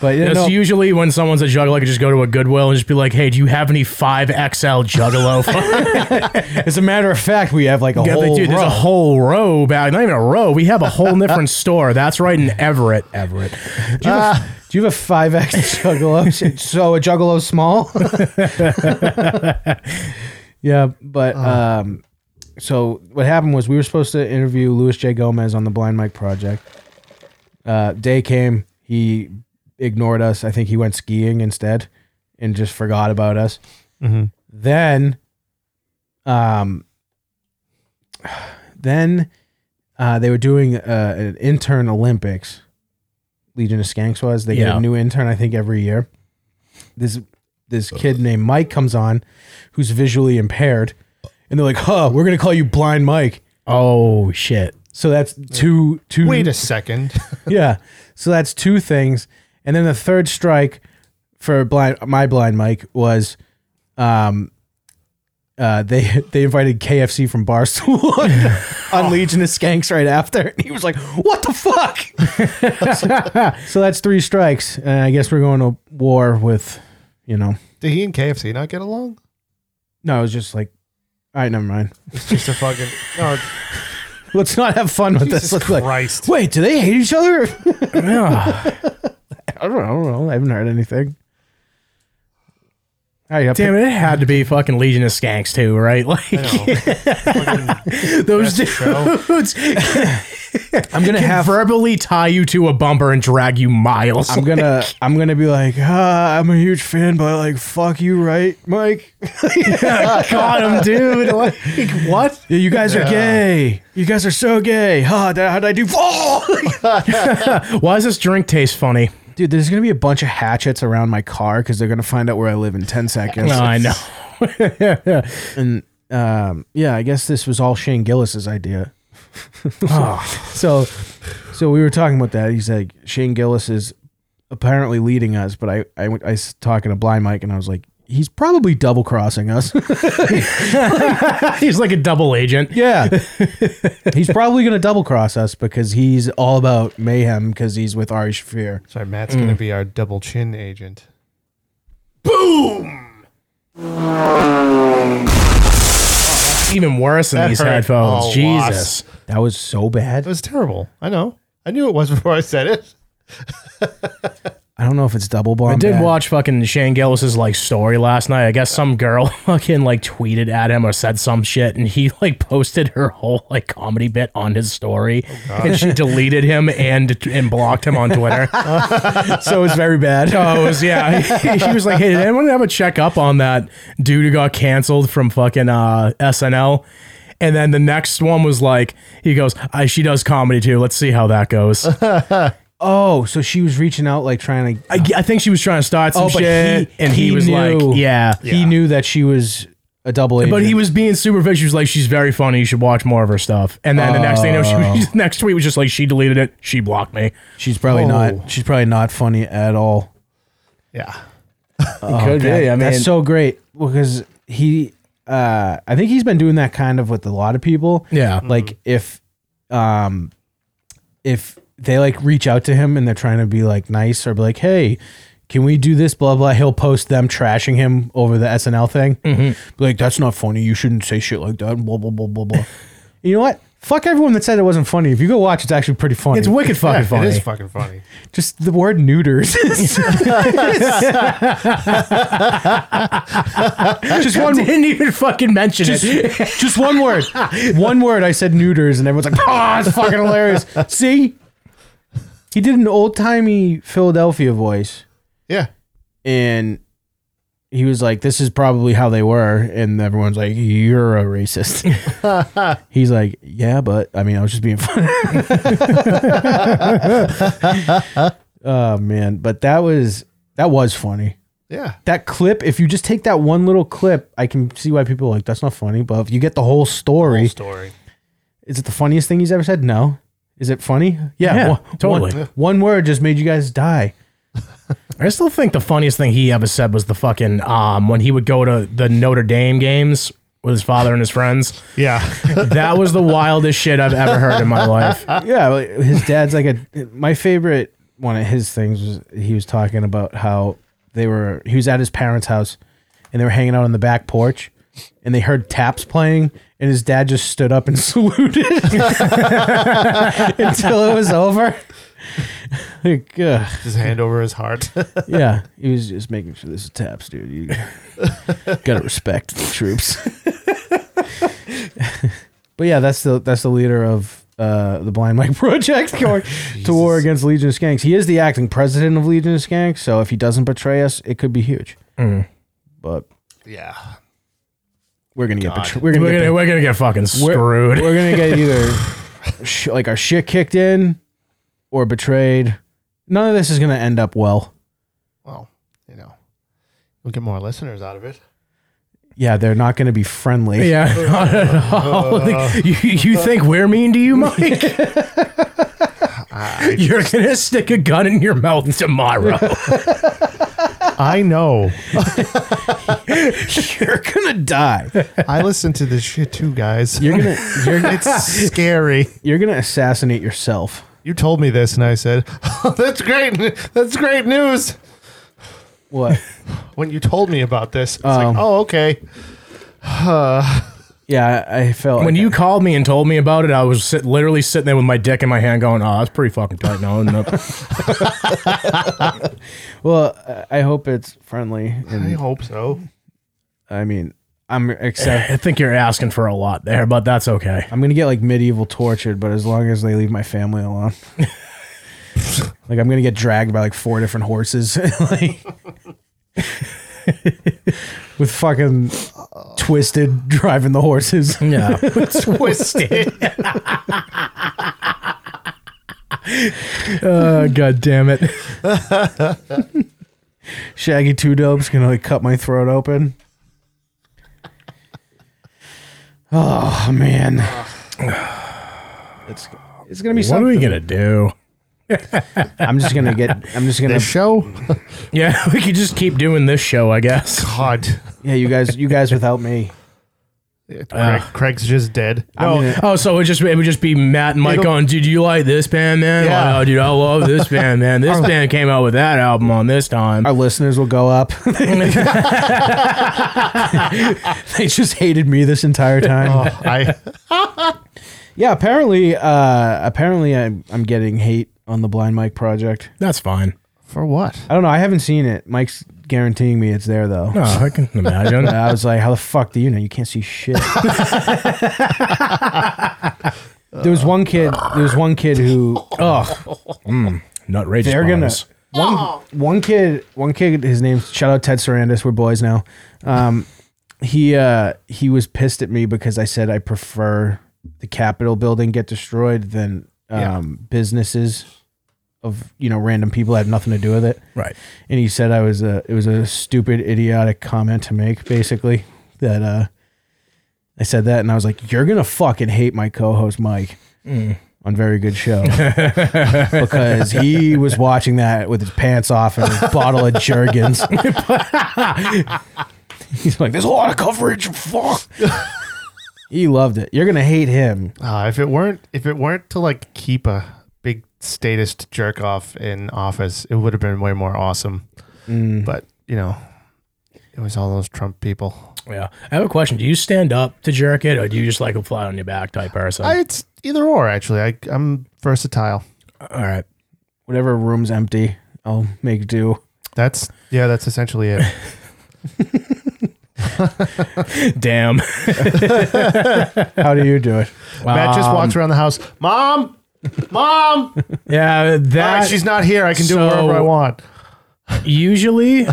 [SPEAKER 2] But you
[SPEAKER 3] That's
[SPEAKER 2] know,
[SPEAKER 3] usually when someone's a juggalo, I could just go to a Goodwill and just be like, "Hey, do you have any five XL juggalo?" for-"
[SPEAKER 2] as a matter of fact, we have like a
[SPEAKER 3] Yeah,
[SPEAKER 2] whole.
[SPEAKER 3] but dude, there's
[SPEAKER 2] row.
[SPEAKER 3] a whole row back. Not even a row. We have a whole different store. That's right in Everett. Everett.
[SPEAKER 2] do, you have, a- do you have a five X juggalo? so a juggalo small. yeah, but um, so what happened was we were supposed to interview Luis J Gomez on the Blind Mike Project. Uh, day came, he ignored us. I think he went skiing instead and just forgot about us.
[SPEAKER 1] Mm-hmm.
[SPEAKER 2] Then, um, then uh, they were doing uh, an intern Olympics. Legion of Skanks was. They get
[SPEAKER 3] Yeah.
[SPEAKER 2] a new intern, I think, every year. This this
[SPEAKER 1] Uh.
[SPEAKER 2] kid named Mike comes on, who's visually impaired, and they're like, "Huh, we're gonna call you Blind Mike."
[SPEAKER 3] Oh shit.
[SPEAKER 2] So that's two two
[SPEAKER 1] Wait a second.
[SPEAKER 2] yeah. So that's two things. And then the third strike for blind my blind Mike was um uh they they invited KFC from Barstool on, on Legion of Skanks right after. And he was like, What the fuck? so that's three strikes. And I guess we're going to war with you know.
[SPEAKER 1] Did he and KFC not get along?
[SPEAKER 2] No, it was just like all right, never mind.
[SPEAKER 1] It's just a fucking no.
[SPEAKER 2] Let's not have fun with
[SPEAKER 1] Jesus
[SPEAKER 2] this. Let's like,
[SPEAKER 1] Christ.
[SPEAKER 2] Wait, do they hate each other?
[SPEAKER 3] Yeah.
[SPEAKER 2] I don't know. I don't know. I haven't heard anything. All right,
[SPEAKER 3] Damn it! It had to be fucking Legion of
[SPEAKER 1] Oh,
[SPEAKER 3] Skanks too, right? Like
[SPEAKER 1] Fucking
[SPEAKER 3] those
[SPEAKER 1] show.
[SPEAKER 3] dudes.
[SPEAKER 2] I'm gonna
[SPEAKER 3] can
[SPEAKER 2] have.
[SPEAKER 3] verbally tie you to a bumper and drag you miles.
[SPEAKER 2] I'm gonna. I'm gonna be like, ah, I'm a huge fan, but like, fuck you, right, Mike?
[SPEAKER 3] got him, dude. Like, what?
[SPEAKER 2] Yeah, you guys are gay. You guys are so gay. Huh? that- How'd I do? Oh!
[SPEAKER 3] Why does this drink taste funny?
[SPEAKER 2] Dude, there's gonna be a bunch of hatchets around my car because they're gonna find out where I live in ten seconds.
[SPEAKER 3] No, I know.
[SPEAKER 2] And um, yeah, I guess this was all Shane Gillis's idea.
[SPEAKER 3] Ah.
[SPEAKER 2] So, so we were talking about that. He's like, Shane Gillis is apparently leading us, but I, I, went- I was talking to Blind Mike, and I was like, he's probably double crossing us.
[SPEAKER 3] He's like a double agent.
[SPEAKER 2] yeah, he's probably gonna double cross us because he's all about mayhem because he's with Ari Shafir.
[SPEAKER 1] Sorry, Matt's gonna be our double chin agent.
[SPEAKER 3] Even worse than
[SPEAKER 1] That
[SPEAKER 3] these
[SPEAKER 1] hurt
[SPEAKER 3] headphones.
[SPEAKER 1] a
[SPEAKER 3] Jesus.
[SPEAKER 2] That was so
[SPEAKER 1] It
[SPEAKER 2] bad.
[SPEAKER 1] was terrible. I know. I knew it was before I said it.
[SPEAKER 2] I don't know if it's double bomb.
[SPEAKER 3] I did
[SPEAKER 2] bad.
[SPEAKER 3] watch fucking Shane Gillis's like story last night. I guess some girl fucking like tweeted at him or said some shit, and he like posted her whole like comedy bit on his story, and she deleted him and and blocked him on Twitter.
[SPEAKER 2] So it's very bad.
[SPEAKER 3] Oh, it was, yeah. He, he was like, hey, did anyone have a check up on that dude who got canceled from fucking uh, SNL? And then the next one was like, he goes, I, she does comedy too. Let's see how that goes. I,
[SPEAKER 2] Oh, so she was reaching out, like trying to.
[SPEAKER 3] I think she was trying to start some
[SPEAKER 2] Oh, but
[SPEAKER 3] shit.
[SPEAKER 2] he-
[SPEAKER 3] and he,
[SPEAKER 2] he
[SPEAKER 3] was
[SPEAKER 2] knew.
[SPEAKER 3] like, yeah.
[SPEAKER 2] He knew that she was a double agent.
[SPEAKER 3] But he was being super vicious. She was like, she's very funny. You should watch more of her stuff. And then the next thing you know, she, the next tweet was just like, she deleted Oh. it. She blocked me.
[SPEAKER 2] She's probably
[SPEAKER 1] Oh.
[SPEAKER 2] not. She's probably not funny at all.
[SPEAKER 1] Yeah.
[SPEAKER 3] Could
[SPEAKER 2] That- that's so great because he. Uh, I think he's been doing that kind of with a lot of people.
[SPEAKER 3] yeah.
[SPEAKER 2] Like if, um, if they like reach out to him and they're trying to be like nice or be like, hey. Can we do this? Blah blah. He'll post them trashing him over the SNL thing.
[SPEAKER 3] Mm-hmm.
[SPEAKER 2] Be like, that's not funny. You shouldn't say shit like that. Blah blah blah blah blah. you know what? Fuck everyone that said it wasn't funny. If you go watch, it's actually pretty funny.
[SPEAKER 3] It's wicked fucking
[SPEAKER 1] Yeah,
[SPEAKER 3] funny.
[SPEAKER 1] It is fucking funny.
[SPEAKER 2] Just the word neuters. just
[SPEAKER 3] I
[SPEAKER 2] one
[SPEAKER 3] didn't even fucking mention it.
[SPEAKER 2] just one word. One word I said neuters and everyone's like, "Ah, it's fucking hilarious." See? He did an old-timey Philadelphia voice
[SPEAKER 1] Yeah.
[SPEAKER 2] and he was like, "This is probably how they were." And everyone's like, "You're a racist." He's like, "Yeah, but I mean, I was just being funny." oh man, but that was that was funny
[SPEAKER 1] Yeah.
[SPEAKER 2] that clip, if you just take that one little clip, I can see why people are like, that's not funny. But if you get the whole story,
[SPEAKER 1] Whole story.
[SPEAKER 2] is it the funniest thing he's ever said? No. Is it funny? Yeah,
[SPEAKER 3] Yeah,
[SPEAKER 2] one-
[SPEAKER 3] totally.
[SPEAKER 2] One, one word just made you guys die.
[SPEAKER 3] I still think the funniest thing he ever said was the fucking um when he would go to the Notre Dame games with his father and his friends.
[SPEAKER 1] Yeah.
[SPEAKER 3] That was the wildest shit I've ever heard in my life.
[SPEAKER 2] yeah, like, his dad's like a. My favorite one of his things was he was talking about how they were. He was at his parents' house, and they were hanging out on the back porch, and they heard taps playing, and his dad just stood up and saluted until it was over. Like, ugh.
[SPEAKER 1] His hand over his heart.
[SPEAKER 2] yeah, he was just making sure this is taps, dude. You gotta respect the troops. but yeah, that's the that's the leader of uh, the Blind Mike Project going to war against Legion of Skanks. He is the acting president of Legion of Skanks, so if he doesn't betray us, it could be huge.
[SPEAKER 3] Mm.
[SPEAKER 2] But
[SPEAKER 1] yeah.
[SPEAKER 2] we're gonna get betrayed. We're gonna
[SPEAKER 3] We're
[SPEAKER 2] get
[SPEAKER 3] gonna, we're gonna get fucking screwed.
[SPEAKER 2] We're gonna get either sh- like our shit kicked in or betrayed. None of this is gonna end up well.
[SPEAKER 1] Well, you know, we'll get more listeners out of it.
[SPEAKER 2] Yeah, they're not gonna be friendly.
[SPEAKER 3] yeah, not at all. Like, you, you think we're mean to you, Mike? You're gonna stick a gun in your mouth tomorrow.
[SPEAKER 1] I know.
[SPEAKER 2] You're gonna die.
[SPEAKER 1] I listen to this shit too, guys.
[SPEAKER 2] You're gonna you're gonna
[SPEAKER 1] it's scary.
[SPEAKER 2] you're gonna assassinate yourself.
[SPEAKER 1] You told me this, and I said, "Oh, "That's great. That's great news."
[SPEAKER 2] What?
[SPEAKER 1] When you told me about this, it's
[SPEAKER 2] Oh.
[SPEAKER 1] like, "Oh, okay."
[SPEAKER 2] Yeah, I, I felt
[SPEAKER 3] when
[SPEAKER 2] like-
[SPEAKER 3] you called me and told me about it, I was sit, literally sitting there with my dick in my hand, going, "Oh, that's pretty fucking tight." No, no.
[SPEAKER 2] well, I- I hope it's friendly.
[SPEAKER 1] I
[SPEAKER 2] And
[SPEAKER 1] hope so.
[SPEAKER 2] I mean, I'm except
[SPEAKER 3] I think you're asking for a lot there, but that's okay.
[SPEAKER 2] I'm gonna get like medieval tortured, but as long as they leave my family alone. like I'm gonna get dragged by like four different horses, like with fucking twisted driving the horses.
[SPEAKER 3] Yeah, twisted. oh god damn it!
[SPEAKER 2] Shaggy two dope's gonna like cut my throat open. Oh man, it's it's gonna be
[SPEAKER 3] What are
[SPEAKER 2] something.
[SPEAKER 3] we gonna do?
[SPEAKER 2] I'm just gonna get. I'm just gonna.
[SPEAKER 1] This show?
[SPEAKER 3] Yeah, we could just keep doing this show, I guess.
[SPEAKER 1] God.
[SPEAKER 2] Yeah, you guys. You guys without me. Uh,
[SPEAKER 1] Craig, Craig's just dead.
[SPEAKER 2] I'm
[SPEAKER 1] No,
[SPEAKER 2] gonna-
[SPEAKER 3] Oh, so it would just be- it would just be Matt and Mike
[SPEAKER 1] It'll-
[SPEAKER 3] going, "Dude, you like this band, man?
[SPEAKER 1] Yeah.
[SPEAKER 3] Wow, dude, I love this band, man. This band came out with that album on this time.
[SPEAKER 2] our listeners will go up. they just hated me this entire time.
[SPEAKER 1] oh, I,
[SPEAKER 2] Yeah, apparently, uh, apparently, I'm, I'm getting hate on the Blind Mike project.
[SPEAKER 3] That's fine.
[SPEAKER 1] for what?
[SPEAKER 2] I don't know. I haven't seen it. Mike's guaranteeing me it's there though.
[SPEAKER 3] No, I can imagine.
[SPEAKER 2] I was like, how the fuck do you know? You can't see shit. there was one kid. There was one kid who. Oh,
[SPEAKER 3] Not Mm, rage.
[SPEAKER 2] they're gonna.
[SPEAKER 3] spawns.
[SPEAKER 2] One, one kid. One kid. His name's shout out Ted Sarandis. We're boys now. Um, he uh he was pissed at me because I said I prefer the Capitol building get destroyed than um
[SPEAKER 1] Yeah.
[SPEAKER 2] businesses of you know random people that have nothing to do with it.
[SPEAKER 3] right.
[SPEAKER 2] And he said I was a it was a stupid idiotic comment to make basically that uh I said that and I was like you're going to fucking hate my co-host Mike
[SPEAKER 3] Mm.
[SPEAKER 2] on very good show because he was watching that with his pants off and a bottle of Jergens. He's like there's a lot of coverage fuck. he loved it. You're going to hate him.
[SPEAKER 1] Uh, if it weren't, if it weren't to like keep a big statist jerk off in office, it would have been way more awesome.
[SPEAKER 2] Mm.
[SPEAKER 1] But you know, it was all those Trump people.
[SPEAKER 3] Yeah. I have a question. Do you stand up to jerk it, or do you just like a fly on your back type person?
[SPEAKER 1] I, it's either or actually. I, I'm versatile.
[SPEAKER 3] All right.
[SPEAKER 2] Whatever room's empty, I'll make do.
[SPEAKER 1] That's yeah. That's essentially it.
[SPEAKER 3] Damn.
[SPEAKER 2] How do you do it?
[SPEAKER 1] Matt
[SPEAKER 3] Um,
[SPEAKER 1] just walks around the house. Mom, mom.
[SPEAKER 3] Yeah.
[SPEAKER 1] All
[SPEAKER 3] That
[SPEAKER 1] right, she's not here. I can do
[SPEAKER 3] so-
[SPEAKER 1] whatever I want.
[SPEAKER 3] usually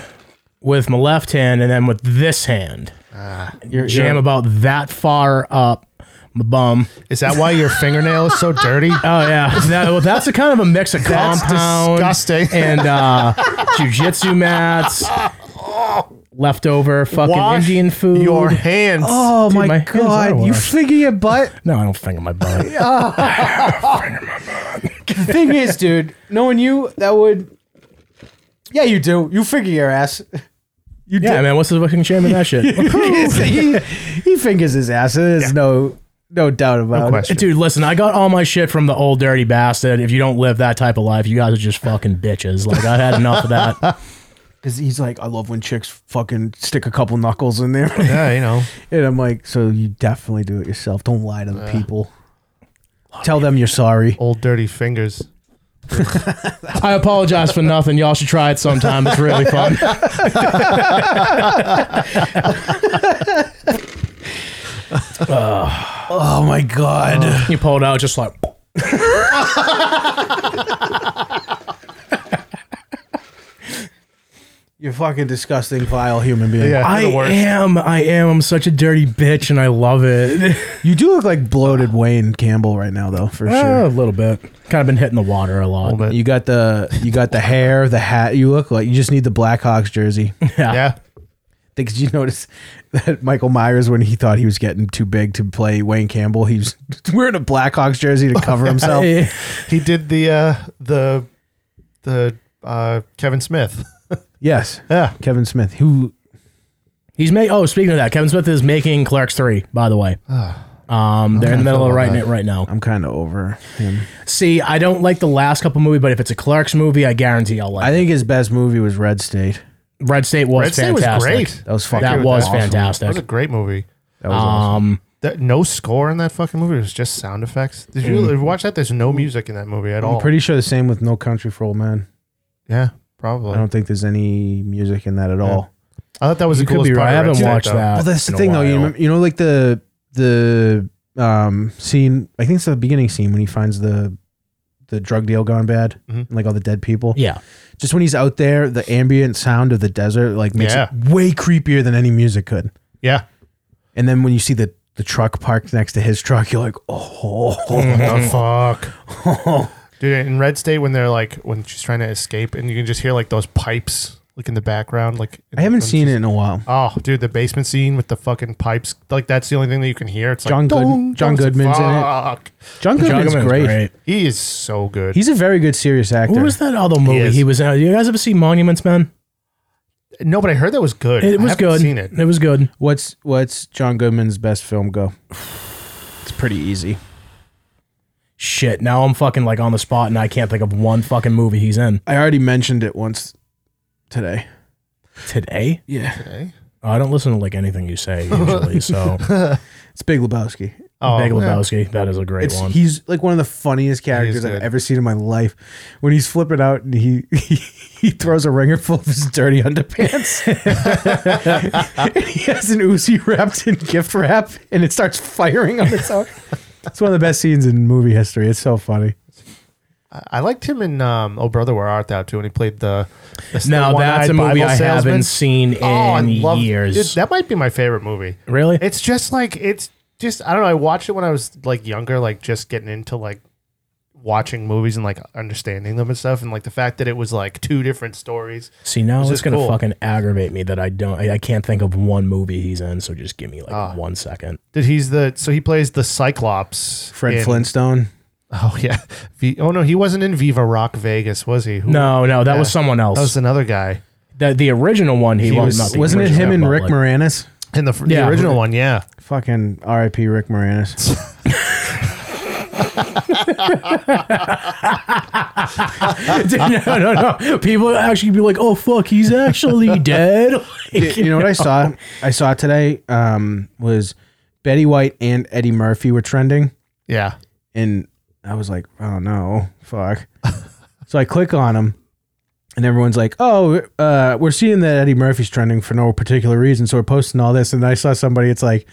[SPEAKER 3] with my left hand, and then with this hand, Ah,
[SPEAKER 2] You're,
[SPEAKER 3] jam
[SPEAKER 2] you're-
[SPEAKER 3] about that far up my bum.
[SPEAKER 1] Is that why your fingernail is so dirty?
[SPEAKER 3] Oh yeah, that, well, that's a kind of a mix of
[SPEAKER 1] That's
[SPEAKER 3] compound
[SPEAKER 1] disgusting.
[SPEAKER 3] and uh, jujitsu mats, leftover fucking
[SPEAKER 1] Wash
[SPEAKER 3] Indian food.
[SPEAKER 1] Your hands.
[SPEAKER 2] Oh
[SPEAKER 3] Dude,
[SPEAKER 2] my,
[SPEAKER 3] my hands are
[SPEAKER 2] god! You
[SPEAKER 3] washed.
[SPEAKER 2] fligging your butt.
[SPEAKER 3] no, I don't finger my butt.
[SPEAKER 2] Thing is, dude, knowing you, that would. Yeah, you do. You figure your ass. You
[SPEAKER 3] Yeah, man, what's the fucking shame in that shit?
[SPEAKER 2] do. he, he fingers his ass. There's no no doubt about
[SPEAKER 1] question.
[SPEAKER 3] Dude, listen, I got all my shit from the old dirty bastard. If you don't live that type of life, you guys are just fucking bitches. Like I had enough of that.
[SPEAKER 2] Because he's like, I love when chicks fucking stick a couple knuckles in there.
[SPEAKER 1] Yeah, you know.
[SPEAKER 2] and I'm like, so you definitely do it yourself. Don't lie to the people. Tell them you're sorry.
[SPEAKER 1] old dirty fingers.
[SPEAKER 3] I apologize for nothing. Y'all should try it sometime. It's really fun.
[SPEAKER 2] Oh my god.
[SPEAKER 3] you pulled out just like
[SPEAKER 2] You're fucking disgusting, vile human being.
[SPEAKER 1] Yeah.
[SPEAKER 3] I
[SPEAKER 1] You're the worst.
[SPEAKER 3] am. I am. I'm such a dirty bitch, and I love it.
[SPEAKER 2] You do look like bloated Wayne Campbell right now, though, for sure.
[SPEAKER 3] Ah, a little bit. Kind of been hitting the water a lot.
[SPEAKER 1] bit.
[SPEAKER 2] You got the you got the hair, the hat. You look like you just need the Blackhawks jersey.
[SPEAKER 3] Ah.
[SPEAKER 1] Yeah.
[SPEAKER 2] Did you notice that Michael Myers, when he thought he was getting too big to play Wayne Campbell, he was wearing a Blackhawks jersey to cover himself.
[SPEAKER 3] Eh,
[SPEAKER 1] He did the uh the the uh Kevin Smith.
[SPEAKER 2] Yes,
[SPEAKER 1] Yeah.
[SPEAKER 2] Kevin Smith, who
[SPEAKER 3] He's made. Oh, speaking of that, Kevin Smith is making Clerks three. By the way, um, they're in the middle of writing it right now.
[SPEAKER 2] I'm kind of over him.
[SPEAKER 3] See, I don't like the last couple movie, but if it's a Clerks movie, I guarantee I'll like.
[SPEAKER 2] I think his best movie was Red State.
[SPEAKER 3] it. Red State was
[SPEAKER 1] Red State
[SPEAKER 3] fantastic.
[SPEAKER 1] was great.
[SPEAKER 2] That was fucking.
[SPEAKER 3] That was
[SPEAKER 1] Awesome.
[SPEAKER 3] fantastic.
[SPEAKER 1] That was a great movie.
[SPEAKER 2] that was awesome.
[SPEAKER 3] Um,
[SPEAKER 1] That no score in that fucking movie. It was just sound effects. Did you ever watch that? There's no music in that movie
[SPEAKER 3] Um,
[SPEAKER 1] at all.
[SPEAKER 2] I'm pretty sure the same with No Country for Old Men.
[SPEAKER 1] yeah,
[SPEAKER 2] I
[SPEAKER 1] probably.
[SPEAKER 2] don't think there's any music in that at all.
[SPEAKER 1] I thought that was
[SPEAKER 3] You
[SPEAKER 1] the
[SPEAKER 3] could
[SPEAKER 1] coolest
[SPEAKER 3] be
[SPEAKER 1] part.
[SPEAKER 3] right. I
[SPEAKER 1] of Red
[SPEAKER 3] haven't
[SPEAKER 1] State,
[SPEAKER 3] watched
[SPEAKER 1] though.
[SPEAKER 3] that.
[SPEAKER 2] Well, that's the
[SPEAKER 3] in a
[SPEAKER 2] thing, though. You
[SPEAKER 3] while.
[SPEAKER 2] remember, you know, like the the um scene. I think it's the beginning scene when he finds the the drug deal gone bad,
[SPEAKER 1] Mhm.
[SPEAKER 2] and, like all the dead people.
[SPEAKER 3] Mm-hmm. Yeah.
[SPEAKER 2] Just when he's out there, the ambient sound of the desert like makes
[SPEAKER 1] Yeah.
[SPEAKER 2] it way creepier than any music could.
[SPEAKER 1] Yeah.
[SPEAKER 2] And then when you see the the truck parked next to his truck, you're like, oh,
[SPEAKER 3] Mm-hmm.
[SPEAKER 1] What the fuck? Dude, in Red State, when they're like, when she's trying to escape, and you can just hear like those pipes, like in the background. Like
[SPEAKER 2] I haven't seen it in a while.
[SPEAKER 1] Oh, dude, the basement scene with the fucking pipes. Like that's the only thing that you can hear. It's
[SPEAKER 2] John
[SPEAKER 1] like
[SPEAKER 2] Good-
[SPEAKER 1] "Dong,
[SPEAKER 2] John
[SPEAKER 1] dong,
[SPEAKER 2] Goodman's in it.
[SPEAKER 1] fuck."
[SPEAKER 2] John Goodman's great.
[SPEAKER 1] He is so good.
[SPEAKER 2] He's a very good serious actor.
[SPEAKER 3] What was that other movie
[SPEAKER 1] is.
[SPEAKER 3] he was in? You guys ever see Monuments Men?
[SPEAKER 1] no, but I heard that was good.
[SPEAKER 3] It
[SPEAKER 1] I
[SPEAKER 3] was
[SPEAKER 1] haven't
[SPEAKER 3] good.
[SPEAKER 1] Seen it.
[SPEAKER 3] was good.
[SPEAKER 2] What's what's John Goodman's best film go? It's pretty easy.
[SPEAKER 3] Shit, now I'm fucking like on the spot and I can't think of one fucking movie he's in
[SPEAKER 2] I already mentioned it once today.
[SPEAKER 3] today.
[SPEAKER 2] Yeah,
[SPEAKER 1] Okay.
[SPEAKER 3] I don't listen to like anything you say usually. So
[SPEAKER 2] it's Big Lebowski.
[SPEAKER 1] Oh,
[SPEAKER 3] Big
[SPEAKER 1] yeah.
[SPEAKER 3] Lebowski, that is a great
[SPEAKER 2] It's
[SPEAKER 3] one.
[SPEAKER 2] he's like one of the funniest characters I've
[SPEAKER 1] good.
[SPEAKER 2] ever seen in my life. When he's flipping out and he he, he throws a ringer full of his dirty underpants. And he has an Uzi wrapped in gift wrap and it starts firing on its own. It's one of the best scenes in movie history. It's so funny.
[SPEAKER 1] I liked him in um, Oh Brother, Where Art Thou? Too when he played the. the
[SPEAKER 3] now
[SPEAKER 1] one-eyed
[SPEAKER 3] that's a movie
[SPEAKER 1] Bible
[SPEAKER 3] I
[SPEAKER 1] salesman.
[SPEAKER 3] haven't seen in
[SPEAKER 1] Oh, I love
[SPEAKER 3] years.
[SPEAKER 1] Dude, that might be my favorite movie.
[SPEAKER 3] really?
[SPEAKER 1] It's just like it's just I don't know. I watched it when I was like younger, like just getting into like watching movies and like understanding them and stuff, and like the fact that it was like two different stories.
[SPEAKER 3] See, now
[SPEAKER 1] This
[SPEAKER 3] it's,
[SPEAKER 1] is
[SPEAKER 3] gonna
[SPEAKER 1] cool.
[SPEAKER 3] fucking aggravate me that I don't. I, I can't think of one movie he's in. So just give me like one second.
[SPEAKER 1] That he's the so he plays the Cyclops.
[SPEAKER 2] Fred
[SPEAKER 1] in-
[SPEAKER 2] Flintstone.
[SPEAKER 1] Oh yeah. V, oh no, he wasn't in Viva Rock Vegas, was he? Who-
[SPEAKER 3] No, no, that
[SPEAKER 1] Yeah.
[SPEAKER 3] was someone else.
[SPEAKER 1] that was another guy
[SPEAKER 3] the, the original one he,
[SPEAKER 1] He
[SPEAKER 3] was.
[SPEAKER 1] was-
[SPEAKER 3] not the
[SPEAKER 2] Wasn't it
[SPEAKER 3] original,
[SPEAKER 2] him and
[SPEAKER 3] but,
[SPEAKER 2] Rick
[SPEAKER 3] like,
[SPEAKER 2] Moranis?
[SPEAKER 1] in the, fr-
[SPEAKER 3] Yeah.
[SPEAKER 1] the original one. Yeah.
[SPEAKER 2] Fucking R.I.P. Rick Moranis.
[SPEAKER 3] no, no, no. People actually be like, "Oh fuck, he's actually dead." Like,
[SPEAKER 2] you know what I saw? I saw today um, was Betty White and Eddie Murphy were trending,
[SPEAKER 1] Yeah.
[SPEAKER 2] and I was like, oh no, fuck. so I click on them, and everyone's like, oh, uh, we're seeing that Eddie Murphy's trending for no particular reason, so we're posting all this. And I saw somebody, it's like,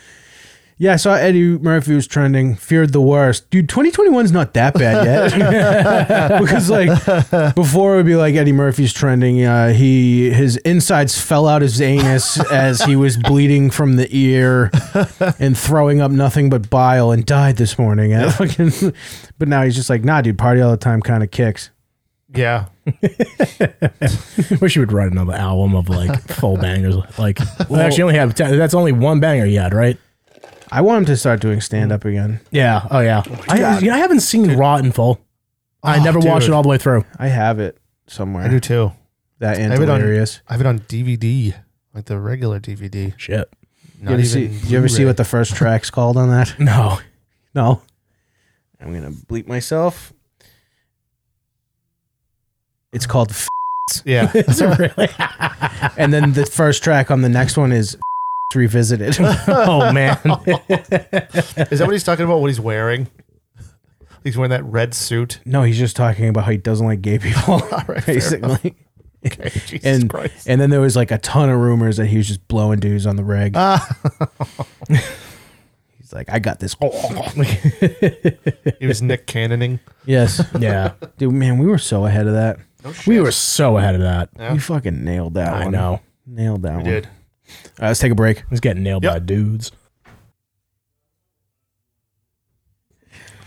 [SPEAKER 2] yeah, I saw Eddie Murphy was trending, feared the worst. Dude, 2021's not that bad yet. because, like, before it would be like Eddie Murphy's trending, uh, he his insides fell out his anus as he was bleeding from the ear and throwing up nothing but bile and died this morning. And fucking- but now he's just like, nah, dude, party all the time kind of kicks.
[SPEAKER 1] Yeah.
[SPEAKER 3] Wish you would write another album of like full bangers. Like, well, actually, only have ten, that's only one banger you had, right?
[SPEAKER 2] I want him to start doing stand
[SPEAKER 1] Mm.
[SPEAKER 2] up again.
[SPEAKER 3] Yeah. Oh yeah. I, I haven't seen Raw in full. I
[SPEAKER 1] Oh,
[SPEAKER 3] never watched it
[SPEAKER 1] dude.
[SPEAKER 3] all the way through.
[SPEAKER 2] I have it somewhere.
[SPEAKER 1] I do too.
[SPEAKER 2] that and
[SPEAKER 1] have it on-
[SPEAKER 2] delirious.
[SPEAKER 1] I have it on DVD, like the regular DVD.
[SPEAKER 3] Shit.
[SPEAKER 2] You
[SPEAKER 1] Not
[SPEAKER 2] ever,
[SPEAKER 1] even
[SPEAKER 2] see, you ever see
[SPEAKER 1] Blu-ray.
[SPEAKER 2] what the first track's called on that?
[SPEAKER 3] No.
[SPEAKER 2] No. I'm gonna bleep myself. It's called, F-
[SPEAKER 1] Yeah.
[SPEAKER 3] Is it really?
[SPEAKER 2] and then the first track on the next one is F- revisited.
[SPEAKER 3] oh man.
[SPEAKER 1] Is that what he's talking about? What he's wearing? He's wearing that red suit.
[SPEAKER 2] no, he's just talking about how he doesn't like gay people, basically.
[SPEAKER 1] Jesus
[SPEAKER 2] And
[SPEAKER 1] Christ.
[SPEAKER 2] and then there was like a ton of rumors that he was just blowing dudes on the reg. he's like, I got this.
[SPEAKER 1] He was Nick Cannoning.
[SPEAKER 2] yes,
[SPEAKER 3] yeah.
[SPEAKER 2] dude, man, we were so ahead of that.
[SPEAKER 3] We were so ahead of that.
[SPEAKER 2] We fucking nailed that
[SPEAKER 3] I
[SPEAKER 2] one.
[SPEAKER 3] know.
[SPEAKER 2] Nailed that one.
[SPEAKER 1] Dude.
[SPEAKER 2] All right, let's take a break.
[SPEAKER 3] He's getting nailed
[SPEAKER 1] Yep.
[SPEAKER 3] by dudes.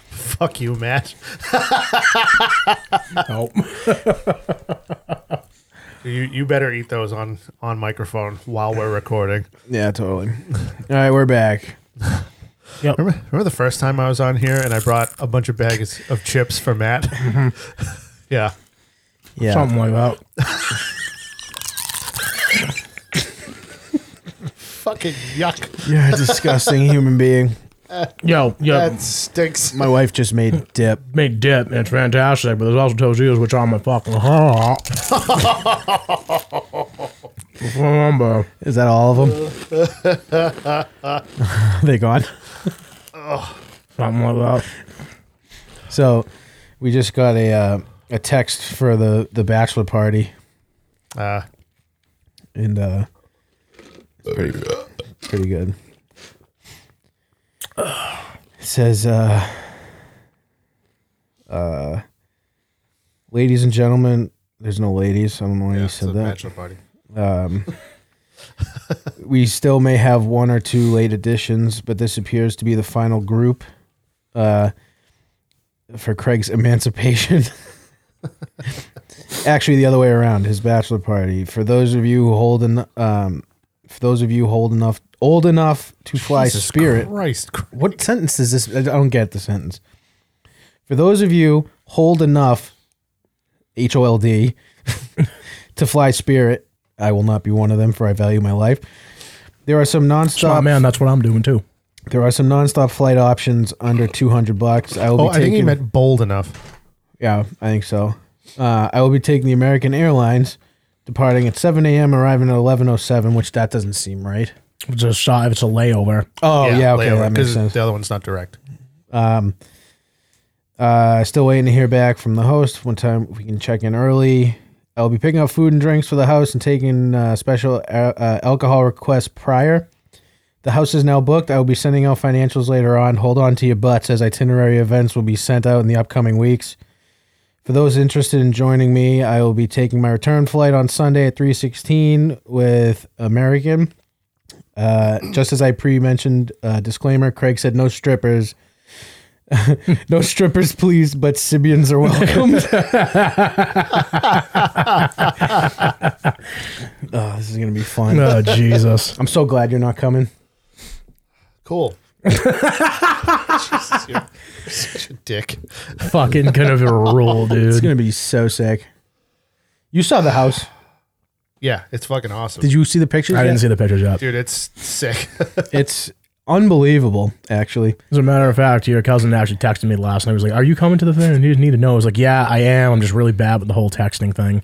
[SPEAKER 1] Fuck you, Matt.
[SPEAKER 3] Oh.
[SPEAKER 1] You you better eat those on on microphone while we're recording.
[SPEAKER 2] Yeah, totally. All right, we're back.
[SPEAKER 1] Remember, remember the first time I was on here and I brought a bunch of bags of chips for Matt?
[SPEAKER 2] Mm-hmm.
[SPEAKER 1] yeah.
[SPEAKER 2] Yeah.
[SPEAKER 3] Something like that.
[SPEAKER 1] Fucking yuck.
[SPEAKER 2] You're a disgusting human being.
[SPEAKER 3] Yo, yo,
[SPEAKER 1] That stinks.
[SPEAKER 2] My wife just made dip.
[SPEAKER 3] made dip and it's fantastic, but there's also tortillas which are my fucking heart. Remember.
[SPEAKER 2] Is that all of them? they gone.
[SPEAKER 3] Something like that.
[SPEAKER 2] So, we just got a uh, a text for the the bachelor party,
[SPEAKER 1] Uh,
[SPEAKER 2] and uh, pretty good. It says, uh, uh, ladies and gentlemen, there's no ladies. I don't know why you said that.
[SPEAKER 1] party.
[SPEAKER 2] Um, We still may have one or two late additions, but this appears to be the final group uh, for Craig's emancipation. Actually, the other way around, his bachelor party. For those of you who hold en- um, for those of you who hold enough old enough to fly spirit.
[SPEAKER 1] Christ. Cr-
[SPEAKER 2] What sentence is this? I don't get the sentence. For those of you hold enough, H O L D, to fly spirit, I will not be one of them, for I value my life. There are some
[SPEAKER 3] Oh
[SPEAKER 2] nonstop.
[SPEAKER 3] man, that's what I'm doing too.
[SPEAKER 2] There are some nonstop flight options under two hundred bucks. I will
[SPEAKER 1] Oh,
[SPEAKER 2] be
[SPEAKER 1] I
[SPEAKER 2] taking.
[SPEAKER 1] think he meant bold enough.
[SPEAKER 2] yeah, I think so. Uh, I will be taking the American Airlines, departing at seven a.m., arriving at eleven o seven, which that doesn't seem right.
[SPEAKER 3] If It's a shot. If it's a layover.
[SPEAKER 2] Oh yeah, okay,
[SPEAKER 1] layover,
[SPEAKER 2] that makes
[SPEAKER 1] 'cause
[SPEAKER 2] sense.
[SPEAKER 1] The other one's not direct.
[SPEAKER 2] Uh, still waiting to hear back from the host. One time we can check in early. I'll be picking up food and drinks for the house and taking uh, special uh, uh, alcohol requests prior. The house is now booked. I will be sending out financials later on. Hold on to your butts as itinerary events will be sent out in the upcoming weeks. For those interested in joining me, I will be taking my return flight on Sunday at 3:16 with American. Uh, just as I pre-mentioned, uh, disclaimer: Craig said no strippers. No strippers, please, but Sibians are welcome. oh, this is gonna be fun.
[SPEAKER 3] Oh Jesus.
[SPEAKER 2] I'm so glad you're not coming.
[SPEAKER 1] Cool. Jesus, you're such a dick.
[SPEAKER 3] Fucking could have rule,
[SPEAKER 2] It's
[SPEAKER 3] dude.
[SPEAKER 2] gonna be so sick. You saw the house.
[SPEAKER 1] Yeah, it's fucking awesome.
[SPEAKER 2] Did you see the pictures?
[SPEAKER 3] I
[SPEAKER 2] yet?
[SPEAKER 3] didn't see the pictures yet.
[SPEAKER 1] Dude, it's sick.
[SPEAKER 2] It's unbelievable, actually.
[SPEAKER 3] As a matter of fact, your cousin actually texted me last night. He was like, "Are you coming to the thing?" And you just need to know. I was like, "Yeah, I am. I'm just really bad with the whole texting thing."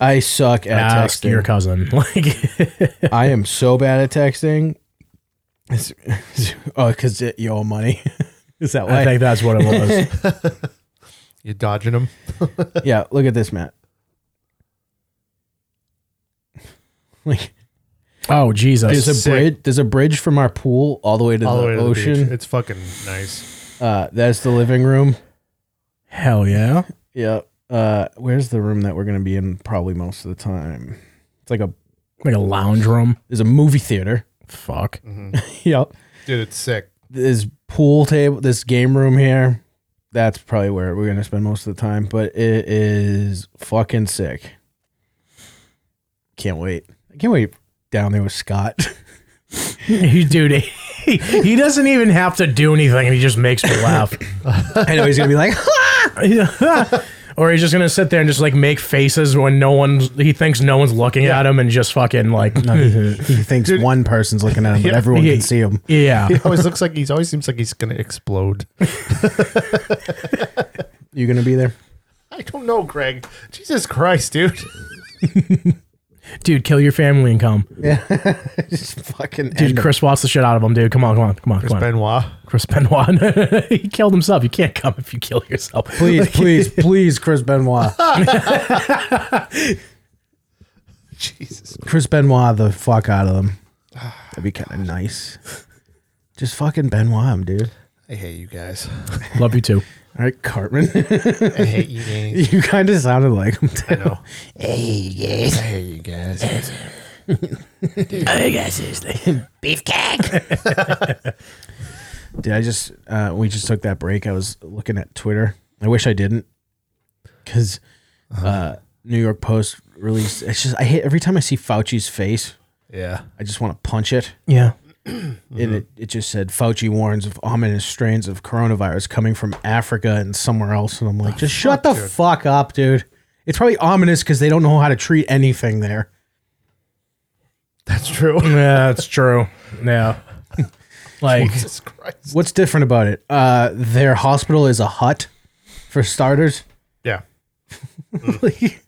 [SPEAKER 2] I suck at
[SPEAKER 3] Ask
[SPEAKER 2] texting.
[SPEAKER 3] your cousin. Like,
[SPEAKER 2] I am so bad at texting. It's, oh, because you owe money. Is that
[SPEAKER 3] I
[SPEAKER 2] why?
[SPEAKER 3] think that's what it was.
[SPEAKER 1] You're dodging him.
[SPEAKER 2] yeah, look at this, Matt. Like
[SPEAKER 3] oh
[SPEAKER 2] there's a
[SPEAKER 3] Jesus.
[SPEAKER 1] Sick.
[SPEAKER 2] bridge. There's a bridge from our pool all the way to
[SPEAKER 1] All
[SPEAKER 2] the
[SPEAKER 1] the way to the beach.
[SPEAKER 2] ocean.
[SPEAKER 1] It's fucking nice.
[SPEAKER 2] uh, that's the living room.
[SPEAKER 3] Hell yeah.
[SPEAKER 2] Yeah. Uh, where's the room that we're gonna be in probably most of the time? It's like a
[SPEAKER 3] Like a lounge room.
[SPEAKER 2] there's a movie theater.
[SPEAKER 3] Fuck.
[SPEAKER 2] yep.
[SPEAKER 1] Dude, it's sick.
[SPEAKER 2] There's pool table. This game room here. That's probably where we're gonna spend most of the time. But it is fucking sick. Can't wait. I can't wait down there with Scott.
[SPEAKER 3] He, dude, he, he doesn't even have to do anything, and he just makes me laugh.
[SPEAKER 2] I know he's gonna be like,
[SPEAKER 3] or he's just gonna sit there and just like make faces when no one's he thinks no one's looking at him, and just fucking like,
[SPEAKER 2] he thinks one person's looking at him, but everyone
[SPEAKER 3] Yeah.
[SPEAKER 2] can see him.
[SPEAKER 3] yeah.
[SPEAKER 1] He always looks like he's always seems like he's gonna explode.
[SPEAKER 2] You gonna be there?
[SPEAKER 1] I don't know, Greg. Jesus Christ, dude.
[SPEAKER 3] dude, kill your family and come.
[SPEAKER 2] Just fucking
[SPEAKER 3] Dude, Chris Watts the shit out of him, dude. Come on, come on, come on, come on.
[SPEAKER 1] Benoit.
[SPEAKER 3] Chris Benoit. he killed himself. You can't come if you kill yourself.
[SPEAKER 2] please, please, please, Chris Benoit.
[SPEAKER 1] Jesus.
[SPEAKER 2] Chris Benoit the fuck out of them. That'd be kind of nice. Just fucking Benoit him, dude.
[SPEAKER 1] I hate you guys.
[SPEAKER 3] Love you too.
[SPEAKER 2] All right, Cartman.
[SPEAKER 1] I hate you guys.
[SPEAKER 2] you kind of sounded like him.
[SPEAKER 1] I
[SPEAKER 2] Too.
[SPEAKER 1] know. Hey guys. I hate you guys.
[SPEAKER 2] Dude, I just uh, we just took that break. I was looking at Twitter. I wish I didn't, because uh, New York Post released. It's just I hate every time I see Fauci's face.
[SPEAKER 1] Yeah.
[SPEAKER 2] I just want to punch it.
[SPEAKER 3] Yeah.
[SPEAKER 2] and it, it just said Fauci warns of ominous strains of coronavirus coming from Africa and somewhere else. And I'm like, just shut the fuck up, dude. It's probably ominous because they don't know how to treat anything there.
[SPEAKER 1] That's true.
[SPEAKER 3] Yeah, that's true. Yeah. Like
[SPEAKER 1] Jesus Christ.
[SPEAKER 2] What's different about it? Uh, their hospital is a hut, for starters.
[SPEAKER 1] Yeah.
[SPEAKER 2] like,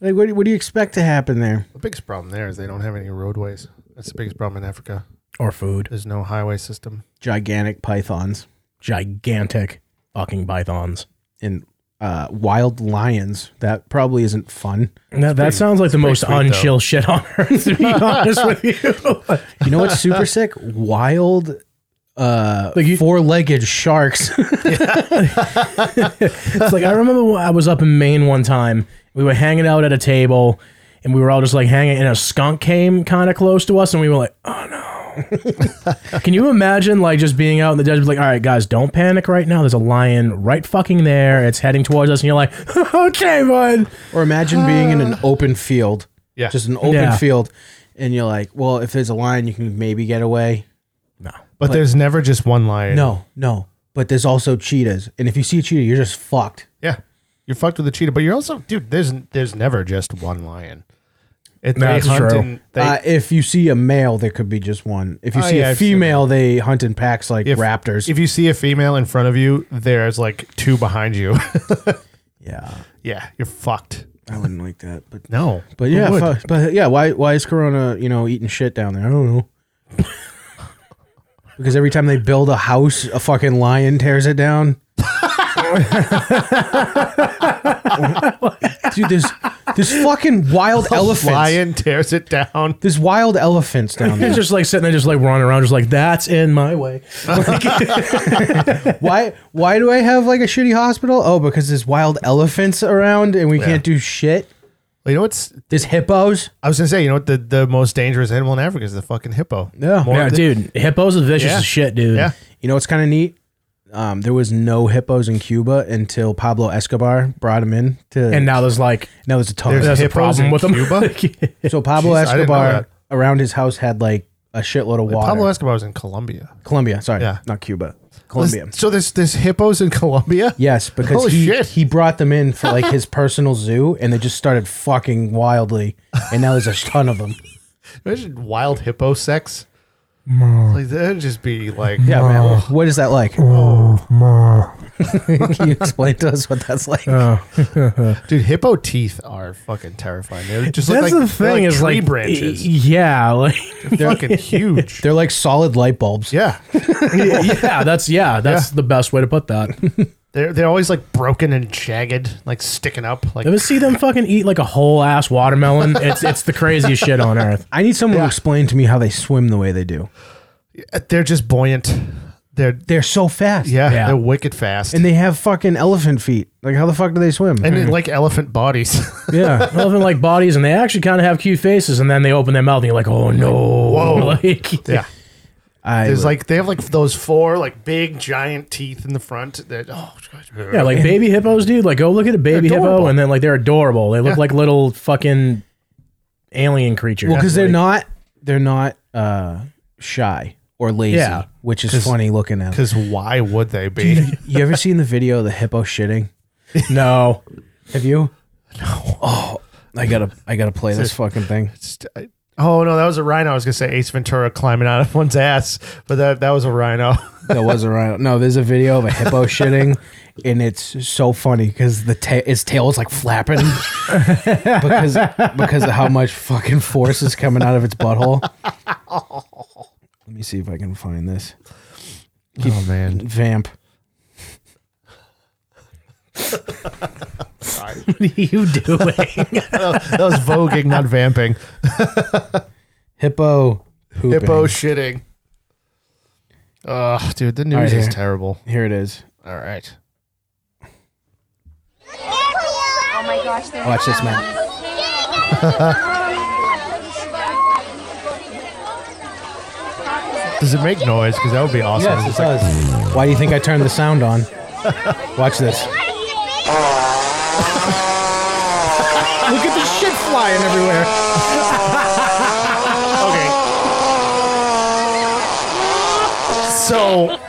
[SPEAKER 2] like, what, do- what do you expect to happen there?
[SPEAKER 1] The biggest problem there is they don't have any roadways. That's the biggest problem in Africa.
[SPEAKER 3] or food.
[SPEAKER 1] There's no highway system.
[SPEAKER 2] Gigantic pythons
[SPEAKER 3] Gigantic fucking pythons.
[SPEAKER 2] and uh, wild lions. That probably isn't fun.
[SPEAKER 3] Now, that sounds like the most
[SPEAKER 1] pretty sweet,
[SPEAKER 3] unchill shit on earth, to be honest with you.
[SPEAKER 2] You know what's super sick? Wild uh
[SPEAKER 3] Like you-
[SPEAKER 2] four-legged sharks.
[SPEAKER 3] It's like I remember when I was up in Maine one time. We were hanging out at a table, and we were all just like hanging. And a skunk came kind of close to us, and we were like, "Oh no!" Can you imagine like just being out in the desert, like, "All right, guys, don't panic right now. There's a lion right fucking there. It's heading towards us," and you're like, "Okay, bud."
[SPEAKER 2] or imagine being in an open field.
[SPEAKER 1] Yeah.
[SPEAKER 2] Just an open
[SPEAKER 3] Yeah.
[SPEAKER 2] field. And you're like, well, if there's a lion, you can maybe get away.
[SPEAKER 1] But there's never just one lion.
[SPEAKER 2] No, no. But there's also cheetahs. And if you see a cheetah, you're just fucked.
[SPEAKER 1] Yeah. You're fucked with a cheetah, but you're also, dude. There's there's never just one lion. It,
[SPEAKER 3] That's true.
[SPEAKER 1] and they,
[SPEAKER 2] uh, if you see a male, there could be just one. If you
[SPEAKER 1] Oh,
[SPEAKER 2] see
[SPEAKER 1] yeah,
[SPEAKER 2] a
[SPEAKER 1] I've seen
[SPEAKER 2] female, they hunt in packs like
[SPEAKER 1] if-
[SPEAKER 2] raptors.
[SPEAKER 1] If you see a female in front of you, there's like two behind you.
[SPEAKER 2] yeah,
[SPEAKER 1] yeah, you're fucked.
[SPEAKER 2] I wouldn't like that. But
[SPEAKER 1] No,
[SPEAKER 2] but
[SPEAKER 1] who
[SPEAKER 2] yeah,
[SPEAKER 1] would?
[SPEAKER 2] fu- but yeah. Why why is Corona you know eating shit down there? I don't know. because every time they build a house, a fucking lion tears it down. Dude, there's there's fucking wild elephants.
[SPEAKER 1] lion tears it down.
[SPEAKER 2] There's wild elephants down
[SPEAKER 3] It's
[SPEAKER 2] there.
[SPEAKER 3] just like sitting there, just like running around, just like that's in my way.
[SPEAKER 2] why why do I have like a shitty hospital? Oh, because there's wild elephants around and we can't do shit.
[SPEAKER 1] You know what's?
[SPEAKER 2] There's hippos.
[SPEAKER 1] I was gonna say, you know what? The the most dangerous animal in Africa is the fucking hippo.
[SPEAKER 2] Yeah.
[SPEAKER 1] More
[SPEAKER 3] Yeah,
[SPEAKER 1] than-
[SPEAKER 3] dude, hippos are vicious
[SPEAKER 1] Yeah.
[SPEAKER 3] as shit, dude.
[SPEAKER 1] Yeah.
[SPEAKER 2] You know what's kind of neat? Um, there was no hippos in Cuba until Pablo Escobar brought them in to.
[SPEAKER 3] And now there's like
[SPEAKER 2] now there's a ton.
[SPEAKER 1] There's
[SPEAKER 3] there's a
[SPEAKER 1] hippos
[SPEAKER 3] problem
[SPEAKER 1] in
[SPEAKER 3] with them.
[SPEAKER 1] Cuba?
[SPEAKER 2] so Pablo
[SPEAKER 1] Jeez, I didn't know
[SPEAKER 2] Escobar
[SPEAKER 1] that.
[SPEAKER 2] around his house had like a shitload of water.
[SPEAKER 1] Pablo Escobar was in Colombia.
[SPEAKER 2] Colombia, sorry,
[SPEAKER 1] Yeah.
[SPEAKER 2] not Cuba, Colombia.
[SPEAKER 1] So there's there's hippos in Colombia.
[SPEAKER 2] yes, because
[SPEAKER 1] Holy
[SPEAKER 2] he
[SPEAKER 1] shit.
[SPEAKER 2] he brought them in for like his personal zoo, and they just started fucking wildly, and now there's a ton of them.
[SPEAKER 1] Imagine wild hippo sex.
[SPEAKER 3] Mmm.
[SPEAKER 1] Like that'd just be like
[SPEAKER 2] Yeah, man. What is that like?
[SPEAKER 1] Oh,
[SPEAKER 2] Can you explain to us what that's like?
[SPEAKER 1] dude, hippo teeth are fucking terrifying. They just look
[SPEAKER 3] That's
[SPEAKER 1] like,
[SPEAKER 3] the
[SPEAKER 1] they're
[SPEAKER 3] thing
[SPEAKER 1] like
[SPEAKER 3] is
[SPEAKER 1] tree
[SPEAKER 3] like
[SPEAKER 1] branches.
[SPEAKER 3] y- Yeah, like
[SPEAKER 1] they're fucking huge.
[SPEAKER 2] They're like solid light bulbs.
[SPEAKER 1] yeah.
[SPEAKER 3] yeah, that's yeah, that's the best way to put that.
[SPEAKER 1] They're they're always like broken and jagged, like sticking up. Like
[SPEAKER 3] Ever see them fucking eat like a whole ass watermelon? It's it's the craziest shit on earth.
[SPEAKER 2] I need someone to explain to me how they swim the way they do.
[SPEAKER 1] they're just buoyant. They're
[SPEAKER 2] They're so fast.
[SPEAKER 1] yeah,
[SPEAKER 3] Yeah.
[SPEAKER 1] they're wicked fast.
[SPEAKER 2] And they have fucking elephant feet. Like, how the fuck do they swim?
[SPEAKER 1] and it, like elephant bodies.
[SPEAKER 3] Yeah, elephant like bodies, and they actually kind of have cute faces, and then they open their mouth, and you're like, oh no, whoa, like
[SPEAKER 1] yeah.
[SPEAKER 2] I
[SPEAKER 1] There's
[SPEAKER 2] would-
[SPEAKER 1] like they have like those four like big giant teeth in the front that oh gosh.
[SPEAKER 3] yeah, like baby hippos, dude. Like go look at a baby hippo,
[SPEAKER 1] adorable.
[SPEAKER 3] and then like they're adorable. They look
[SPEAKER 1] Yeah.
[SPEAKER 3] like little fucking alien creatures.
[SPEAKER 2] well, because they're
[SPEAKER 3] Like,
[SPEAKER 2] not, they're not uh, shy or lazy,
[SPEAKER 3] Yeah.
[SPEAKER 2] which is funny looking at. 'em.
[SPEAKER 1] Because why would they be?
[SPEAKER 2] You ever seen the video of the hippo shitting?
[SPEAKER 3] no.
[SPEAKER 2] Have you? No. Oh, I gotta, I gotta play this fucking thing.
[SPEAKER 1] Just- I- oh no, that was a rhino. I was gonna say Ace Ventura climbing out of one's ass, but that that was a rhino.
[SPEAKER 2] That was a rhino. No, there's a video of a hippo shitting, and it's so funny because the ta- its tail is like flapping because because of how much fucking force is coming out of its butthole. Let me see if I can find this
[SPEAKER 1] oh man,
[SPEAKER 2] vamp.
[SPEAKER 3] What are you doing?
[SPEAKER 1] that was voguing, not vamping.
[SPEAKER 2] Hippo pooping.
[SPEAKER 1] Hippo shitting. Oh, dude, the news
[SPEAKER 2] right,
[SPEAKER 1] is
[SPEAKER 2] here.
[SPEAKER 1] terrible.
[SPEAKER 2] Here it is.
[SPEAKER 1] All right.
[SPEAKER 7] Oh my gosh, they're
[SPEAKER 2] Watch this, man.
[SPEAKER 1] Does it make noise? Because that would be awesome.
[SPEAKER 2] Yes, it does. Why do you think I turned the sound on? Watch this. Look at the shit flying everywhere.
[SPEAKER 1] okay. So.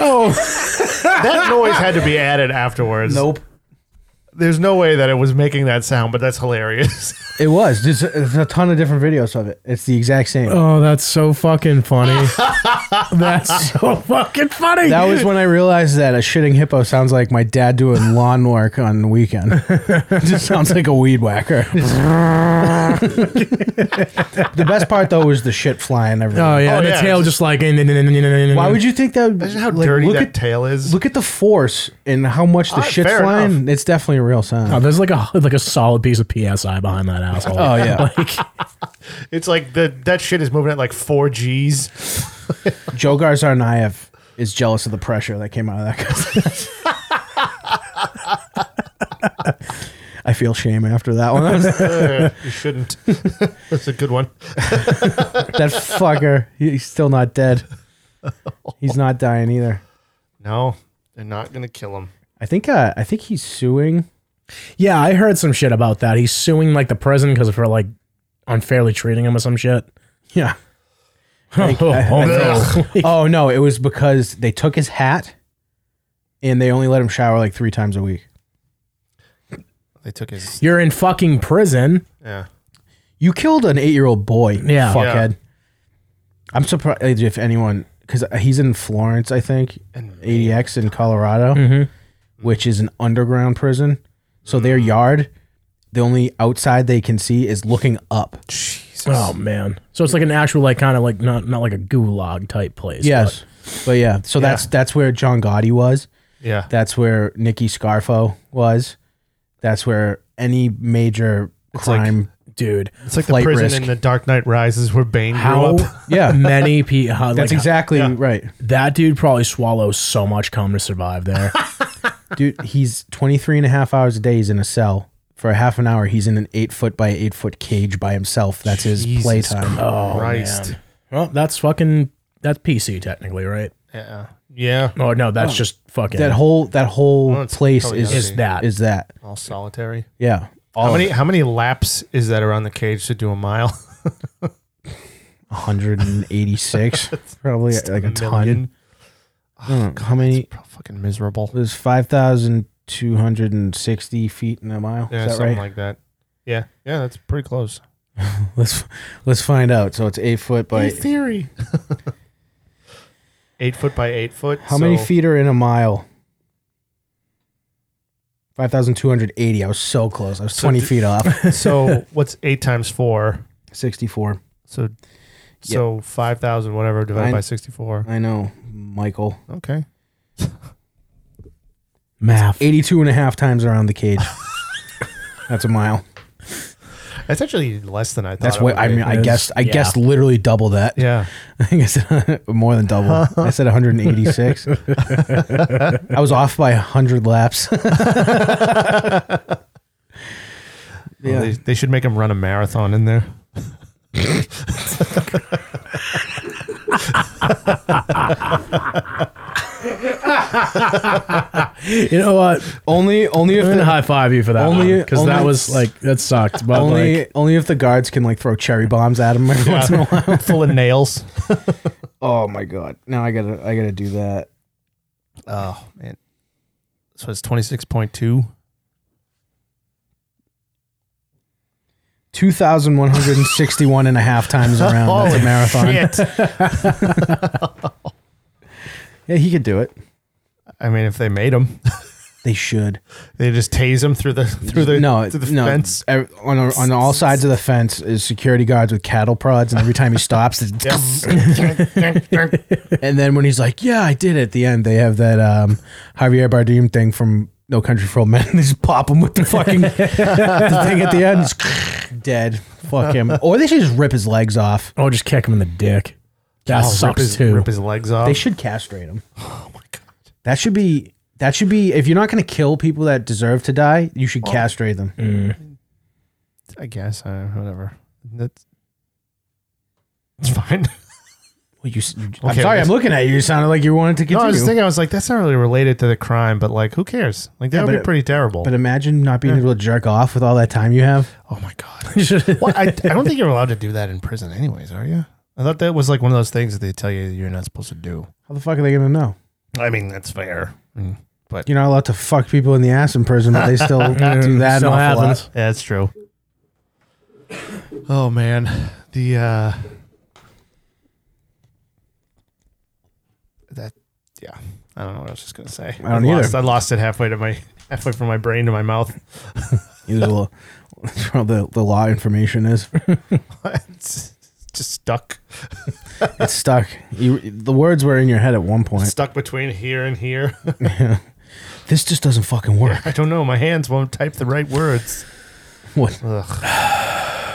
[SPEAKER 1] Oh. that noise had to be added afterwards.
[SPEAKER 2] Nope.
[SPEAKER 1] There's no way that it was making that sound, but that's hilarious.
[SPEAKER 2] It was. There's a, there's a ton of different videos of it. It's the exact same.
[SPEAKER 3] oh, that's so fucking funny. That's so fucking funny.
[SPEAKER 2] That was when I realized that a shitting hippo sounds like my dad doing lawn work on the weekend. It just sounds like a weed whacker. the best part though was the shit flying everywhere.
[SPEAKER 3] Oh yeah,
[SPEAKER 1] Oh,
[SPEAKER 3] and
[SPEAKER 1] yeah,
[SPEAKER 3] the tail
[SPEAKER 1] it's
[SPEAKER 3] just like. Why
[SPEAKER 2] Why would you think that?
[SPEAKER 1] Imagine how dirty
[SPEAKER 2] look
[SPEAKER 1] that
[SPEAKER 2] at,
[SPEAKER 1] tail is.
[SPEAKER 2] Look at the force and how much the
[SPEAKER 1] Alright,
[SPEAKER 2] shit's
[SPEAKER 1] fair
[SPEAKER 2] flying. It's definitely a real sound.
[SPEAKER 3] Oh, there's like a like a solid piece of psi behind that asshole.
[SPEAKER 2] Oh, yeah.
[SPEAKER 3] like,
[SPEAKER 1] it's like the that shit is moving at like four G's.
[SPEAKER 2] Joe Garzarnaev is jealous of the pressure that came out of that. guy's- I feel shame after that one.
[SPEAKER 1] Uh, you shouldn't. That's a good one.
[SPEAKER 2] that fucker. he- He's still not dead. He's not dying either.
[SPEAKER 1] No, they're not gonna kill him.
[SPEAKER 2] I think. Uh, I think he's suing.
[SPEAKER 3] yeah, I heard some shit about that. He's suing like the prison because for like unfairly treating him or some shit.
[SPEAKER 2] Yeah.
[SPEAKER 3] oh,
[SPEAKER 1] I
[SPEAKER 3] no.
[SPEAKER 2] Oh no! It was because they took his hat, and they only let him shower like three times a week.
[SPEAKER 1] They took his.
[SPEAKER 3] You're in fucking prison.
[SPEAKER 1] Yeah.
[SPEAKER 2] You killed an eight-year-old boy.
[SPEAKER 3] Yeah.
[SPEAKER 2] Fuckhead. I'm surprised if anyone, because he's in Florence, I think, ADX in Colorado, which is an underground prison. So their yard, the only outside they can see is looking up.
[SPEAKER 3] Oh man. So it's like an actual like kind of like not not like a gulag type place.
[SPEAKER 2] Yes, but, yeah, so that's that's where John Gotti was.
[SPEAKER 1] Yeah.
[SPEAKER 2] That's where Nicky Scarfo was. That's where any major
[SPEAKER 1] like-
[SPEAKER 2] crime.
[SPEAKER 3] but- dude.
[SPEAKER 1] It's like
[SPEAKER 2] flight
[SPEAKER 1] the prison
[SPEAKER 2] risk.
[SPEAKER 1] in The Dark Knight Rises where Bane
[SPEAKER 3] How
[SPEAKER 1] grew up.
[SPEAKER 2] Yeah.
[SPEAKER 3] many people? How,
[SPEAKER 2] that's
[SPEAKER 3] like,
[SPEAKER 2] exactly
[SPEAKER 1] yeah.
[SPEAKER 2] right,
[SPEAKER 3] That dude probably swallows so much cum to survive there.
[SPEAKER 2] dude. He's 23 and a half hours a day. He's in a cell for a half an hour. He's in an eight foot by eight foot cage by himself. That's his
[SPEAKER 1] Jesus
[SPEAKER 2] playtime.
[SPEAKER 1] Oh, Christ.
[SPEAKER 3] well, that's fucking that's PC technically, right?
[SPEAKER 1] Yeah. Yeah.
[SPEAKER 3] Or no,
[SPEAKER 1] Oh.
[SPEAKER 3] that's just fucking
[SPEAKER 2] That whole that whole
[SPEAKER 1] Well, it's
[SPEAKER 2] place
[SPEAKER 1] probably
[SPEAKER 2] is
[SPEAKER 1] gotta
[SPEAKER 2] is
[SPEAKER 3] is that.
[SPEAKER 2] is that
[SPEAKER 1] All solitary.
[SPEAKER 2] yeah.
[SPEAKER 1] how many how many laps is that around the cage to do a mile?
[SPEAKER 2] 186 probably like a ton.
[SPEAKER 1] million.
[SPEAKER 2] I don't know, how many?
[SPEAKER 1] Pro- fucking miserable.
[SPEAKER 2] It was 5,260 feet in a mile.
[SPEAKER 1] Yeah,
[SPEAKER 2] Is that
[SPEAKER 1] something
[SPEAKER 2] right?
[SPEAKER 1] like that. Yeah. Yeah, that's pretty close.
[SPEAKER 2] let's let's find out. So it's eight foot by
[SPEAKER 1] theory. eight foot by eight foot.
[SPEAKER 2] how many
[SPEAKER 1] so-
[SPEAKER 2] feet are in a mile? 5,280. I was so close. I was 20
[SPEAKER 1] d-
[SPEAKER 2] feet off.
[SPEAKER 1] So what's eight times four?
[SPEAKER 2] 64.
[SPEAKER 1] So so five thousand whatever divided
[SPEAKER 2] Nine-
[SPEAKER 1] by sixty four.
[SPEAKER 2] I know, Michael.
[SPEAKER 1] Okay.
[SPEAKER 3] math.
[SPEAKER 2] 82 and a half times around the cage. That's a mile.
[SPEAKER 1] That's actually less than I thought.
[SPEAKER 2] That's
[SPEAKER 1] it
[SPEAKER 2] what
[SPEAKER 1] would
[SPEAKER 2] I
[SPEAKER 1] be.
[SPEAKER 2] mean. I
[SPEAKER 3] is-
[SPEAKER 2] guessed. I
[SPEAKER 3] yeah.
[SPEAKER 2] guessed literally double that.
[SPEAKER 1] Yeah.
[SPEAKER 2] I think I said more than double. I said 186. I was off by 100 laps.
[SPEAKER 1] Well, They, they should make him run a marathon in there.
[SPEAKER 3] You know what?
[SPEAKER 2] only, only if
[SPEAKER 3] I'm gonna
[SPEAKER 2] the,
[SPEAKER 3] high five you for that
[SPEAKER 2] Only-
[SPEAKER 3] because that
[SPEAKER 2] only-
[SPEAKER 3] was like that sucked. But
[SPEAKER 2] only,
[SPEAKER 3] like,
[SPEAKER 2] only if the guards can like throw cherry bombs at him every once in a while.
[SPEAKER 1] Full of nails.
[SPEAKER 2] Oh my god! Now I gotta, I gotta do that.
[SPEAKER 1] Oh man. So it's twenty six point two.
[SPEAKER 2] 2,161 and a half times around.
[SPEAKER 1] Oh,
[SPEAKER 2] That's a marathon. Yeah, he could do it.
[SPEAKER 1] I mean, if they made him,
[SPEAKER 2] They should.
[SPEAKER 1] they just tase him through the through the
[SPEAKER 2] no,
[SPEAKER 1] through the
[SPEAKER 2] no.
[SPEAKER 1] fence.
[SPEAKER 2] ev- on, on all sides of the fence is security guards with cattle prods, and every time he stops, it's And then when he's like, "Yeah, I did." it," At the end, they have that um, Javier Bardem thing from No Country for Old Men. they just pop him with the fucking the thing at the end. It's dead. Fuck him. Or they should just rip his legs off.
[SPEAKER 3] oh, just kick him in the dick. That
[SPEAKER 1] Oh, rip
[SPEAKER 3] sucks
[SPEAKER 1] his,
[SPEAKER 3] too.
[SPEAKER 1] Rip his legs off.
[SPEAKER 2] They should castrate him. Oh my god. That should be. That should be. If you're not going to kill people that deserve to die, you should castrate them.
[SPEAKER 1] I guess. Uh, whatever. That's it's
[SPEAKER 2] Mm.
[SPEAKER 1] fine.
[SPEAKER 2] Well, you, s- you- I'm
[SPEAKER 1] Okay,
[SPEAKER 2] sorry,
[SPEAKER 1] let's-
[SPEAKER 2] I'm looking at you. You sounded like you wanted to
[SPEAKER 1] no, I
[SPEAKER 2] continue.
[SPEAKER 1] was just thinking. I was like, that's not really related to the crime, but like, who cares? Like, that
[SPEAKER 2] Yeah,
[SPEAKER 1] would
[SPEAKER 2] but
[SPEAKER 1] be
[SPEAKER 2] it-
[SPEAKER 1] pretty terrible.
[SPEAKER 2] but imagine not being able to jerk off with all that time you have.
[SPEAKER 1] oh my god. well, I, I don't think you're allowed to do that in prison, anyways. Are you? I thought that was like one of those things that they tell you you're not supposed to do.
[SPEAKER 2] How the fuck are they going to know?
[SPEAKER 1] I mean, that's fair. Mm, But yeah,
[SPEAKER 2] You're not allowed to fuck people in the ass in prison, but they still do that. an
[SPEAKER 3] Still
[SPEAKER 2] awful lot.
[SPEAKER 3] happens.
[SPEAKER 1] that's true. Oh man, the uh that yeah. I don't know what I was just gonna say.
[SPEAKER 2] I don't
[SPEAKER 1] lost,
[SPEAKER 2] either.
[SPEAKER 1] I lost it halfway to my halfway from my brain to my mouth.
[SPEAKER 2] Use a little, that's where all the, the law information is.
[SPEAKER 1] it's just stuck,
[SPEAKER 2] It's stuck. You, the words were in your head at one point.
[SPEAKER 1] stuck between here and here.
[SPEAKER 2] This just doesn't fucking work.
[SPEAKER 1] I don't know. My hands won't type the right words.
[SPEAKER 2] What?
[SPEAKER 1] Ugh.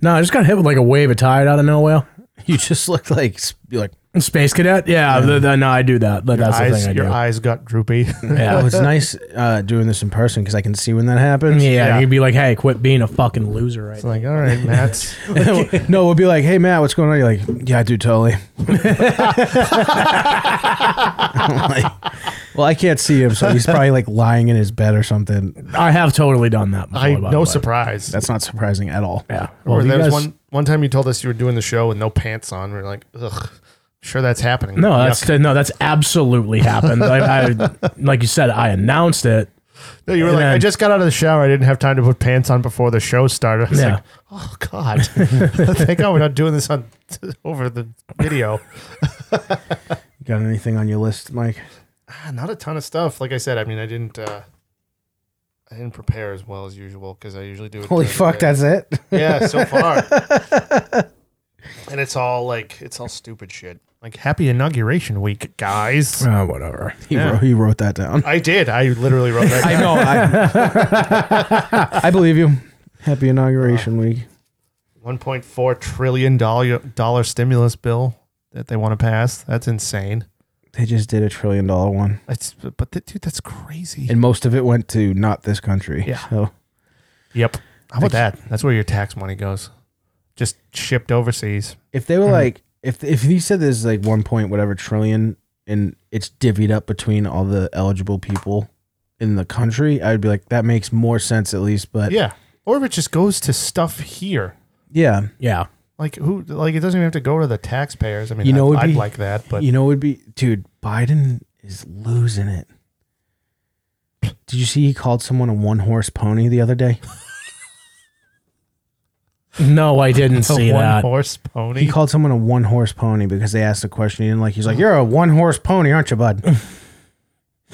[SPEAKER 3] No, I just got hit with like a wave of tide out of nowhere.
[SPEAKER 2] You just look like s- you're like.
[SPEAKER 3] Space cadet? Yeah, the- the- no, I do that. But that's the
[SPEAKER 1] eyes,
[SPEAKER 3] thing I
[SPEAKER 1] your
[SPEAKER 3] do.
[SPEAKER 1] eyes got droopy.
[SPEAKER 2] Oh,
[SPEAKER 3] yeah.
[SPEAKER 2] it's nice uh, doing this in person because I can see when that happens.
[SPEAKER 3] yeah,
[SPEAKER 1] Yeah.
[SPEAKER 3] you'd be like, "Hey, quit being a fucking loser right now."
[SPEAKER 1] like, all right, Matt.
[SPEAKER 2] no, we'll be like, "Hey, Matt, what's going on?" You're like, "Yeah, I do totally." I'm like, well, I can't see him, so he's probably like lying in his bed or something.
[SPEAKER 3] I have totally done that. Before,
[SPEAKER 1] I
[SPEAKER 3] by
[SPEAKER 1] no
[SPEAKER 3] the way.
[SPEAKER 1] surprise.
[SPEAKER 2] That's not surprising at all.
[SPEAKER 3] Yeah.
[SPEAKER 1] or
[SPEAKER 3] you
[SPEAKER 1] there was
[SPEAKER 3] guys-
[SPEAKER 1] one one time you told us you were doing the show with no pants on. We are like, ugh, sure that's happening.
[SPEAKER 3] No, that's
[SPEAKER 1] Yuck.
[SPEAKER 3] no, that's absolutely happened. I, I, like you said, I announced it.
[SPEAKER 1] no, you were
[SPEAKER 3] and
[SPEAKER 1] like, I
[SPEAKER 3] then-
[SPEAKER 1] just got out of the shower. I didn't have time to put pants on before the show started. I was
[SPEAKER 3] Yeah.
[SPEAKER 1] like, oh god, thank God we're not doing this on over the video.
[SPEAKER 2] You got anything on your list, Mike?
[SPEAKER 1] Ah, not a ton of stuff. Like I said, I mean, I didn't. Uh, I didn't prepare as well as usual because I usually do. It
[SPEAKER 2] Holy
[SPEAKER 1] during the
[SPEAKER 2] fuck,
[SPEAKER 1] day.
[SPEAKER 2] that's it.
[SPEAKER 1] yeah, so far. and it's all like it's all stupid shit. Like happy inauguration week, guys.
[SPEAKER 3] Oh, whatever.
[SPEAKER 2] He, wrote, he wrote that down.
[SPEAKER 1] I did. I literally wrote that. down.
[SPEAKER 2] know. I, I believe you. Happy inauguration week.
[SPEAKER 1] One point four trillion dollar dollar stimulus bill that they want to pass. That's insane.
[SPEAKER 2] They just did a trillion dollar one,
[SPEAKER 1] It's but that, dude, that's crazy.
[SPEAKER 2] and most of it went to not this country.
[SPEAKER 1] Yeah.
[SPEAKER 2] So
[SPEAKER 1] Yep. How about that? That's where your tax money goes. Just shipped overseas.
[SPEAKER 2] if they were
[SPEAKER 1] Mm-hmm.
[SPEAKER 2] like, if if you said there's like one point whatever trillion, and it's divvied up between all the eligible people in the country, I would be like, that makes more sense at least. But
[SPEAKER 1] Yeah. Or if it just goes to stuff here.
[SPEAKER 2] yeah,
[SPEAKER 3] Yeah.
[SPEAKER 1] Like who? Like it doesn't even have to go to the taxpayers. I mean,
[SPEAKER 2] You know,
[SPEAKER 1] I'd-
[SPEAKER 2] it'd
[SPEAKER 1] I'd
[SPEAKER 2] be-
[SPEAKER 1] like that, but
[SPEAKER 2] you know, it would be dude. Biden is losing it. Did you see he called someone a one horse pony the other day?
[SPEAKER 3] No, I didn't
[SPEAKER 1] a
[SPEAKER 3] see
[SPEAKER 1] one
[SPEAKER 3] that.
[SPEAKER 1] horse pony.
[SPEAKER 2] He called someone a one horse pony because they asked a question he didn't like. He's like, "You're a one horse pony, aren't you, bud?"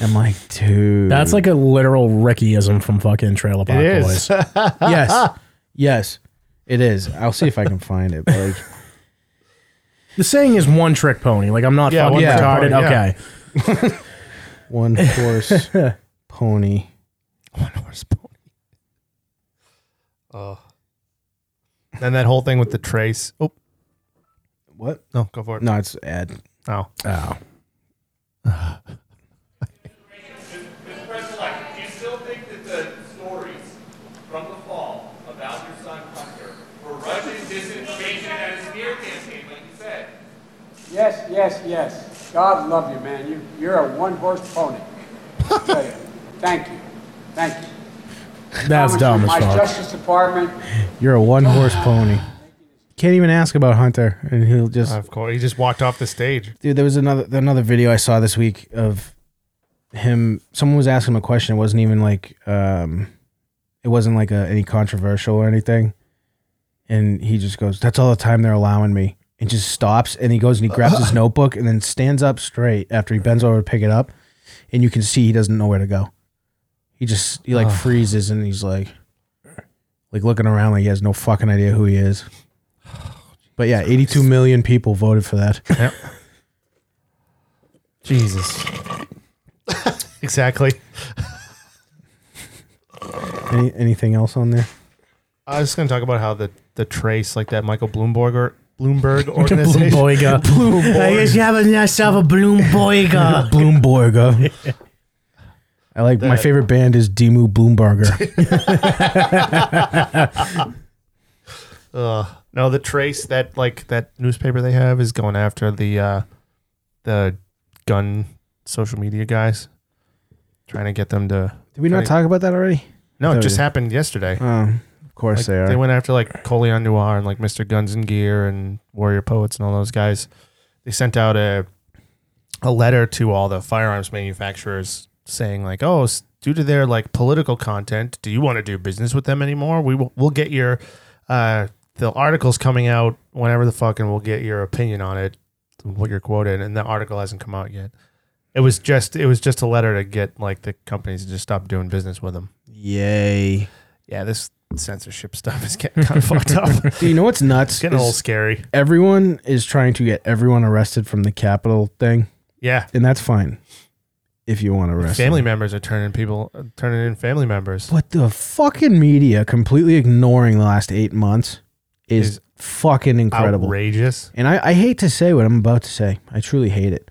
[SPEAKER 2] I'm like, dude,
[SPEAKER 3] That's like a literal Rickyism from fucking Trailer Park
[SPEAKER 1] It is.
[SPEAKER 3] Boys.
[SPEAKER 2] yes, yes, it is. I'll see if I can find it. But like,
[SPEAKER 3] The saying is one trick pony. Like I'm not
[SPEAKER 1] Yeah, one
[SPEAKER 3] fucking
[SPEAKER 2] trick
[SPEAKER 3] retarded.
[SPEAKER 1] pony, yeah.
[SPEAKER 3] Okay.
[SPEAKER 2] one horse pony.
[SPEAKER 1] one horse pony. Oh. Then that whole thing with the trace. Oh
[SPEAKER 2] What?
[SPEAKER 1] no, go for it.
[SPEAKER 2] No, it's ad.
[SPEAKER 1] No.
[SPEAKER 3] Oh.
[SPEAKER 8] President elect, do you still think that the stories from the fall about your son Hunter were Russian disinformation and a smear campaign, like you said?
[SPEAKER 9] Yes, yes, yes. God love you, man. You, you're a one-horse pony. I tell you. Thank you. Thank you.
[SPEAKER 3] That's
[SPEAKER 9] Promise
[SPEAKER 3] dumb
[SPEAKER 9] you,
[SPEAKER 3] as
[SPEAKER 9] My
[SPEAKER 3] fuck.
[SPEAKER 9] Justice Department
[SPEAKER 2] You're a one horse pony. Can't even ask about Hunter, and he'll just
[SPEAKER 1] Of course, he just walked off the stage.
[SPEAKER 2] dude there was another another video i saw this week of him someone was asking him a question it wasn't even like um it wasn't like a, any controversial or anything and he just goes that's all the time they're allowing me and just stops and he goes and he grabs his notebook and then stands up straight after he bends over to pick it up and you can see he doesn't know where to go he just he like freezes and he's like like looking around like he has no fucking idea who he is but yeah 82 million people voted for that
[SPEAKER 1] Jesus. exactly.
[SPEAKER 2] Any, anything else on there?
[SPEAKER 1] I was going to talk about how the the trace, like that Michael Bloomberg or Bloomberg organization.
[SPEAKER 3] Bloomboiga. I guess you have yourself a Bloomboiga.
[SPEAKER 2] Bloomberger.
[SPEAKER 1] uh.
[SPEAKER 2] I like my favorite band is Demu Bloomberger.
[SPEAKER 1] Ugh. No, the trace that like that newspaper they have is going after the uh the gun social media guys, trying to get them to.
[SPEAKER 2] Did we
[SPEAKER 1] Right.
[SPEAKER 2] not talk about that already?
[SPEAKER 1] No,
[SPEAKER 2] There
[SPEAKER 1] it
[SPEAKER 2] it
[SPEAKER 1] just
[SPEAKER 2] is.
[SPEAKER 1] happened yesterday.
[SPEAKER 2] Um, of course
[SPEAKER 1] Like,
[SPEAKER 2] they are.
[SPEAKER 1] they went after like Coleon Noir and like Mr. Guns and Gear and Warrior Poets and all those guys. They sent out a a letter to all the firearms manufacturers saying like, "Oh, s- due to their like political content, do you want to do business with them anymore? We will we'll get your uh the articles coming out whenever the fuck and we'll get your opinion on it what you're quoted, and the article hasn't come out yet. It was just it was just a letter to get like the companies to just stop doing business with them.
[SPEAKER 2] Yay.
[SPEAKER 1] Yeah, this censorship stuff is getting kind of fucked up. It's
[SPEAKER 2] Do you know what's nuts?
[SPEAKER 1] getting a little
[SPEAKER 2] is
[SPEAKER 1] scary.
[SPEAKER 2] everyone is trying to get everyone arrested from the Capitol thing,
[SPEAKER 1] Yeah,
[SPEAKER 2] and that's fine if you want to arrest
[SPEAKER 1] family
[SPEAKER 2] them.
[SPEAKER 1] members are turning people turning in family members.
[SPEAKER 2] But the fucking media completely ignoring the last eight months is,
[SPEAKER 1] Is
[SPEAKER 2] fucking incredible.
[SPEAKER 1] Outrageous.
[SPEAKER 2] And I, I hate to say what I'm about to say. I truly hate it.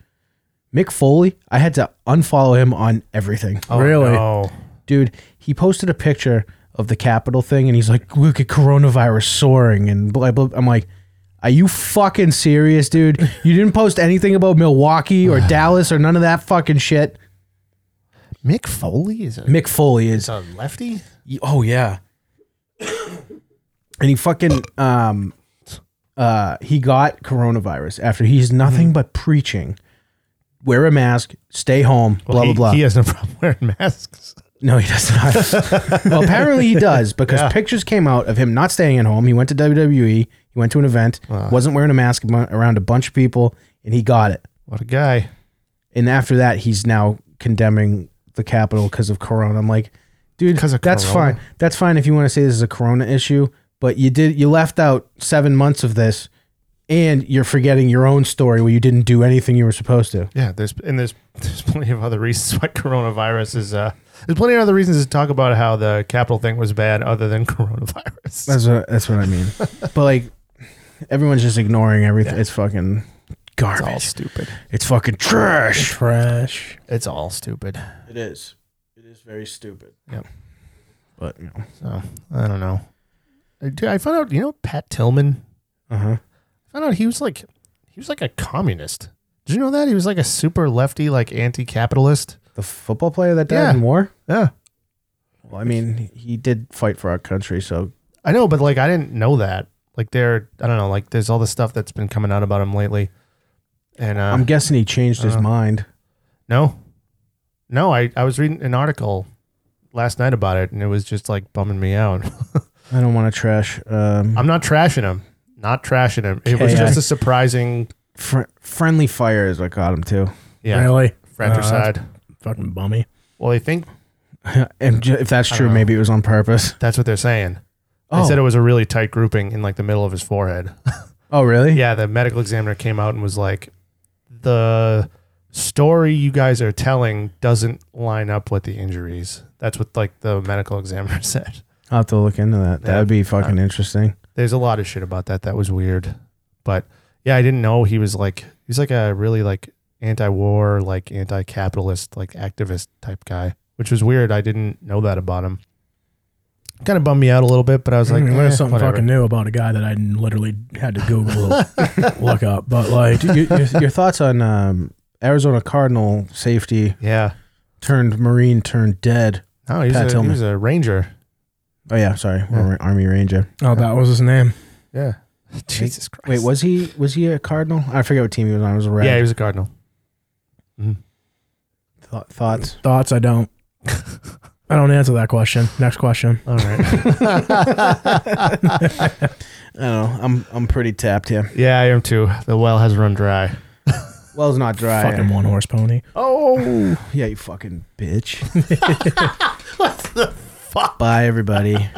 [SPEAKER 2] Mick Foley, I had to unfollow him on everything.
[SPEAKER 1] Oh,
[SPEAKER 3] Really?
[SPEAKER 1] no.
[SPEAKER 2] Dude, he posted a picture of the Capitol thing and he's like, look at coronavirus soaring and blah, blah. I'm like, are you fucking serious, dude? You didn't post anything about Milwaukee or Dallas or none of that fucking shit.
[SPEAKER 1] Mick Foley is a,
[SPEAKER 2] Mick Foley is uh,
[SPEAKER 1] is a lefty.
[SPEAKER 2] Oh yeah. and he fucking um uh he got coronavirus after he's nothing
[SPEAKER 1] Mm-hmm.
[SPEAKER 2] but preaching. Wear a mask, stay home, blah
[SPEAKER 1] he,
[SPEAKER 2] blah blah.
[SPEAKER 1] He has no problem wearing masks.
[SPEAKER 2] no, he does not. well, apparently he does because pictures came out of him not staying at home. He went to WWE, he went to an event,
[SPEAKER 1] Uh.
[SPEAKER 2] wasn't wearing a mask amo- around a bunch of people, and he got it.
[SPEAKER 1] What a guy.
[SPEAKER 2] And after that, he's now condemning the Capitol because of Corona. I'm like, dude,
[SPEAKER 1] 'Cause of
[SPEAKER 2] that's
[SPEAKER 1] Corona?
[SPEAKER 2] fine. That's fine if you want to say this is a Corona issue, but you did you left out seven months of this, and you're forgetting your own story where you didn't do anything you were supposed to.
[SPEAKER 1] Yeah, there's and there's there's plenty of other reasons why coronavirus is uh there's plenty of other reasons to talk about how the capital thing was bad other than coronavirus.
[SPEAKER 2] That's what that's what I mean. but like, everyone's just ignoring everything. It's fucking garbage. It's,
[SPEAKER 1] stupid.
[SPEAKER 2] fucking trash.
[SPEAKER 3] Trash.
[SPEAKER 1] It's all stupid.
[SPEAKER 2] It is. It is very stupid.
[SPEAKER 1] Yep.
[SPEAKER 2] But you know.
[SPEAKER 1] So I don't know. I- Dude, I found out you know Pat Tillman.
[SPEAKER 2] Uh huh.
[SPEAKER 1] I found out he was like he was like a communist. Did you know that he was like a super lefty, like anti-capitalist?
[SPEAKER 2] The football player that died
[SPEAKER 1] Yeah.
[SPEAKER 2] in war.
[SPEAKER 1] Yeah,
[SPEAKER 2] Well, I mean, he did fight for our country, so
[SPEAKER 1] I know, but like I didn't know that. Like there, I don't know. Like there's all the stuff that's been coming out about him lately, and uh,
[SPEAKER 2] I'm guessing he changed his
[SPEAKER 1] Uh,
[SPEAKER 2] mind.
[SPEAKER 1] No. No, I, I was reading an article last night about it and it was just like bumming me out.
[SPEAKER 2] I don't want to trash. Um,
[SPEAKER 1] I'm not trashing him. Not trashing him. It was
[SPEAKER 2] Okay.
[SPEAKER 1] just a surprising
[SPEAKER 2] fr- friendly fire is what got him too.
[SPEAKER 1] yeah
[SPEAKER 3] Really?
[SPEAKER 2] uh,
[SPEAKER 1] fratricide.
[SPEAKER 3] Fucking bummy.
[SPEAKER 1] well, they think
[SPEAKER 2] and ju- if that's
[SPEAKER 1] I
[SPEAKER 2] true,
[SPEAKER 1] don't know.
[SPEAKER 2] maybe it was on purpose.
[SPEAKER 1] that's what they're saying. They
[SPEAKER 2] Oh,
[SPEAKER 1] said it was a really tight grouping in like the middle of his forehead.
[SPEAKER 2] oh, really?
[SPEAKER 1] yeah, the medical examiner came out and was like, the story you guys are telling doesn't line up with the injuries. That's what like the medical examiner said.
[SPEAKER 2] I'll have to look into that. That
[SPEAKER 1] Yeah.
[SPEAKER 2] would be fucking interesting.
[SPEAKER 1] there's a lot of shit about that that was weird but yeah i didn't know he was like he's like a really like anti-war like anti-capitalist like activist type guy which was weird i didn't know that about him kind of bummed me out a little bit but i was like eh,
[SPEAKER 3] Like, Mm, learned something
[SPEAKER 1] whatever.
[SPEAKER 3] fucking new about a guy that I literally had to Google look up. But like,
[SPEAKER 2] Dude, your, your, your thoughts on um, Arizona Cardinal safety
[SPEAKER 1] yeah
[SPEAKER 2] turned Marine turned dead?
[SPEAKER 1] no he's
[SPEAKER 2] Pat
[SPEAKER 1] a, he
[SPEAKER 2] Tillman.
[SPEAKER 1] was a ranger
[SPEAKER 2] Oh yeah, sorry,
[SPEAKER 1] Yeah.
[SPEAKER 2] Ar- Army Ranger.
[SPEAKER 3] oh, that was his name.
[SPEAKER 1] yeah jesus christ
[SPEAKER 2] Wait, was he was he a Cardinal? I forget what team he was on. It was a red.
[SPEAKER 1] yeah he was a cardinal
[SPEAKER 2] Th- thoughts.
[SPEAKER 3] Thoughts? I don't. I don't answer that question. Next question.
[SPEAKER 1] all right
[SPEAKER 2] I don't know. I'm I'm pretty tapped here.
[SPEAKER 1] yeah i am too the well has run dry
[SPEAKER 2] Well's not dry.
[SPEAKER 3] fucking one horse pony.
[SPEAKER 1] oh
[SPEAKER 2] Yeah, you fucking bitch. what the fuck? Bye, everybody.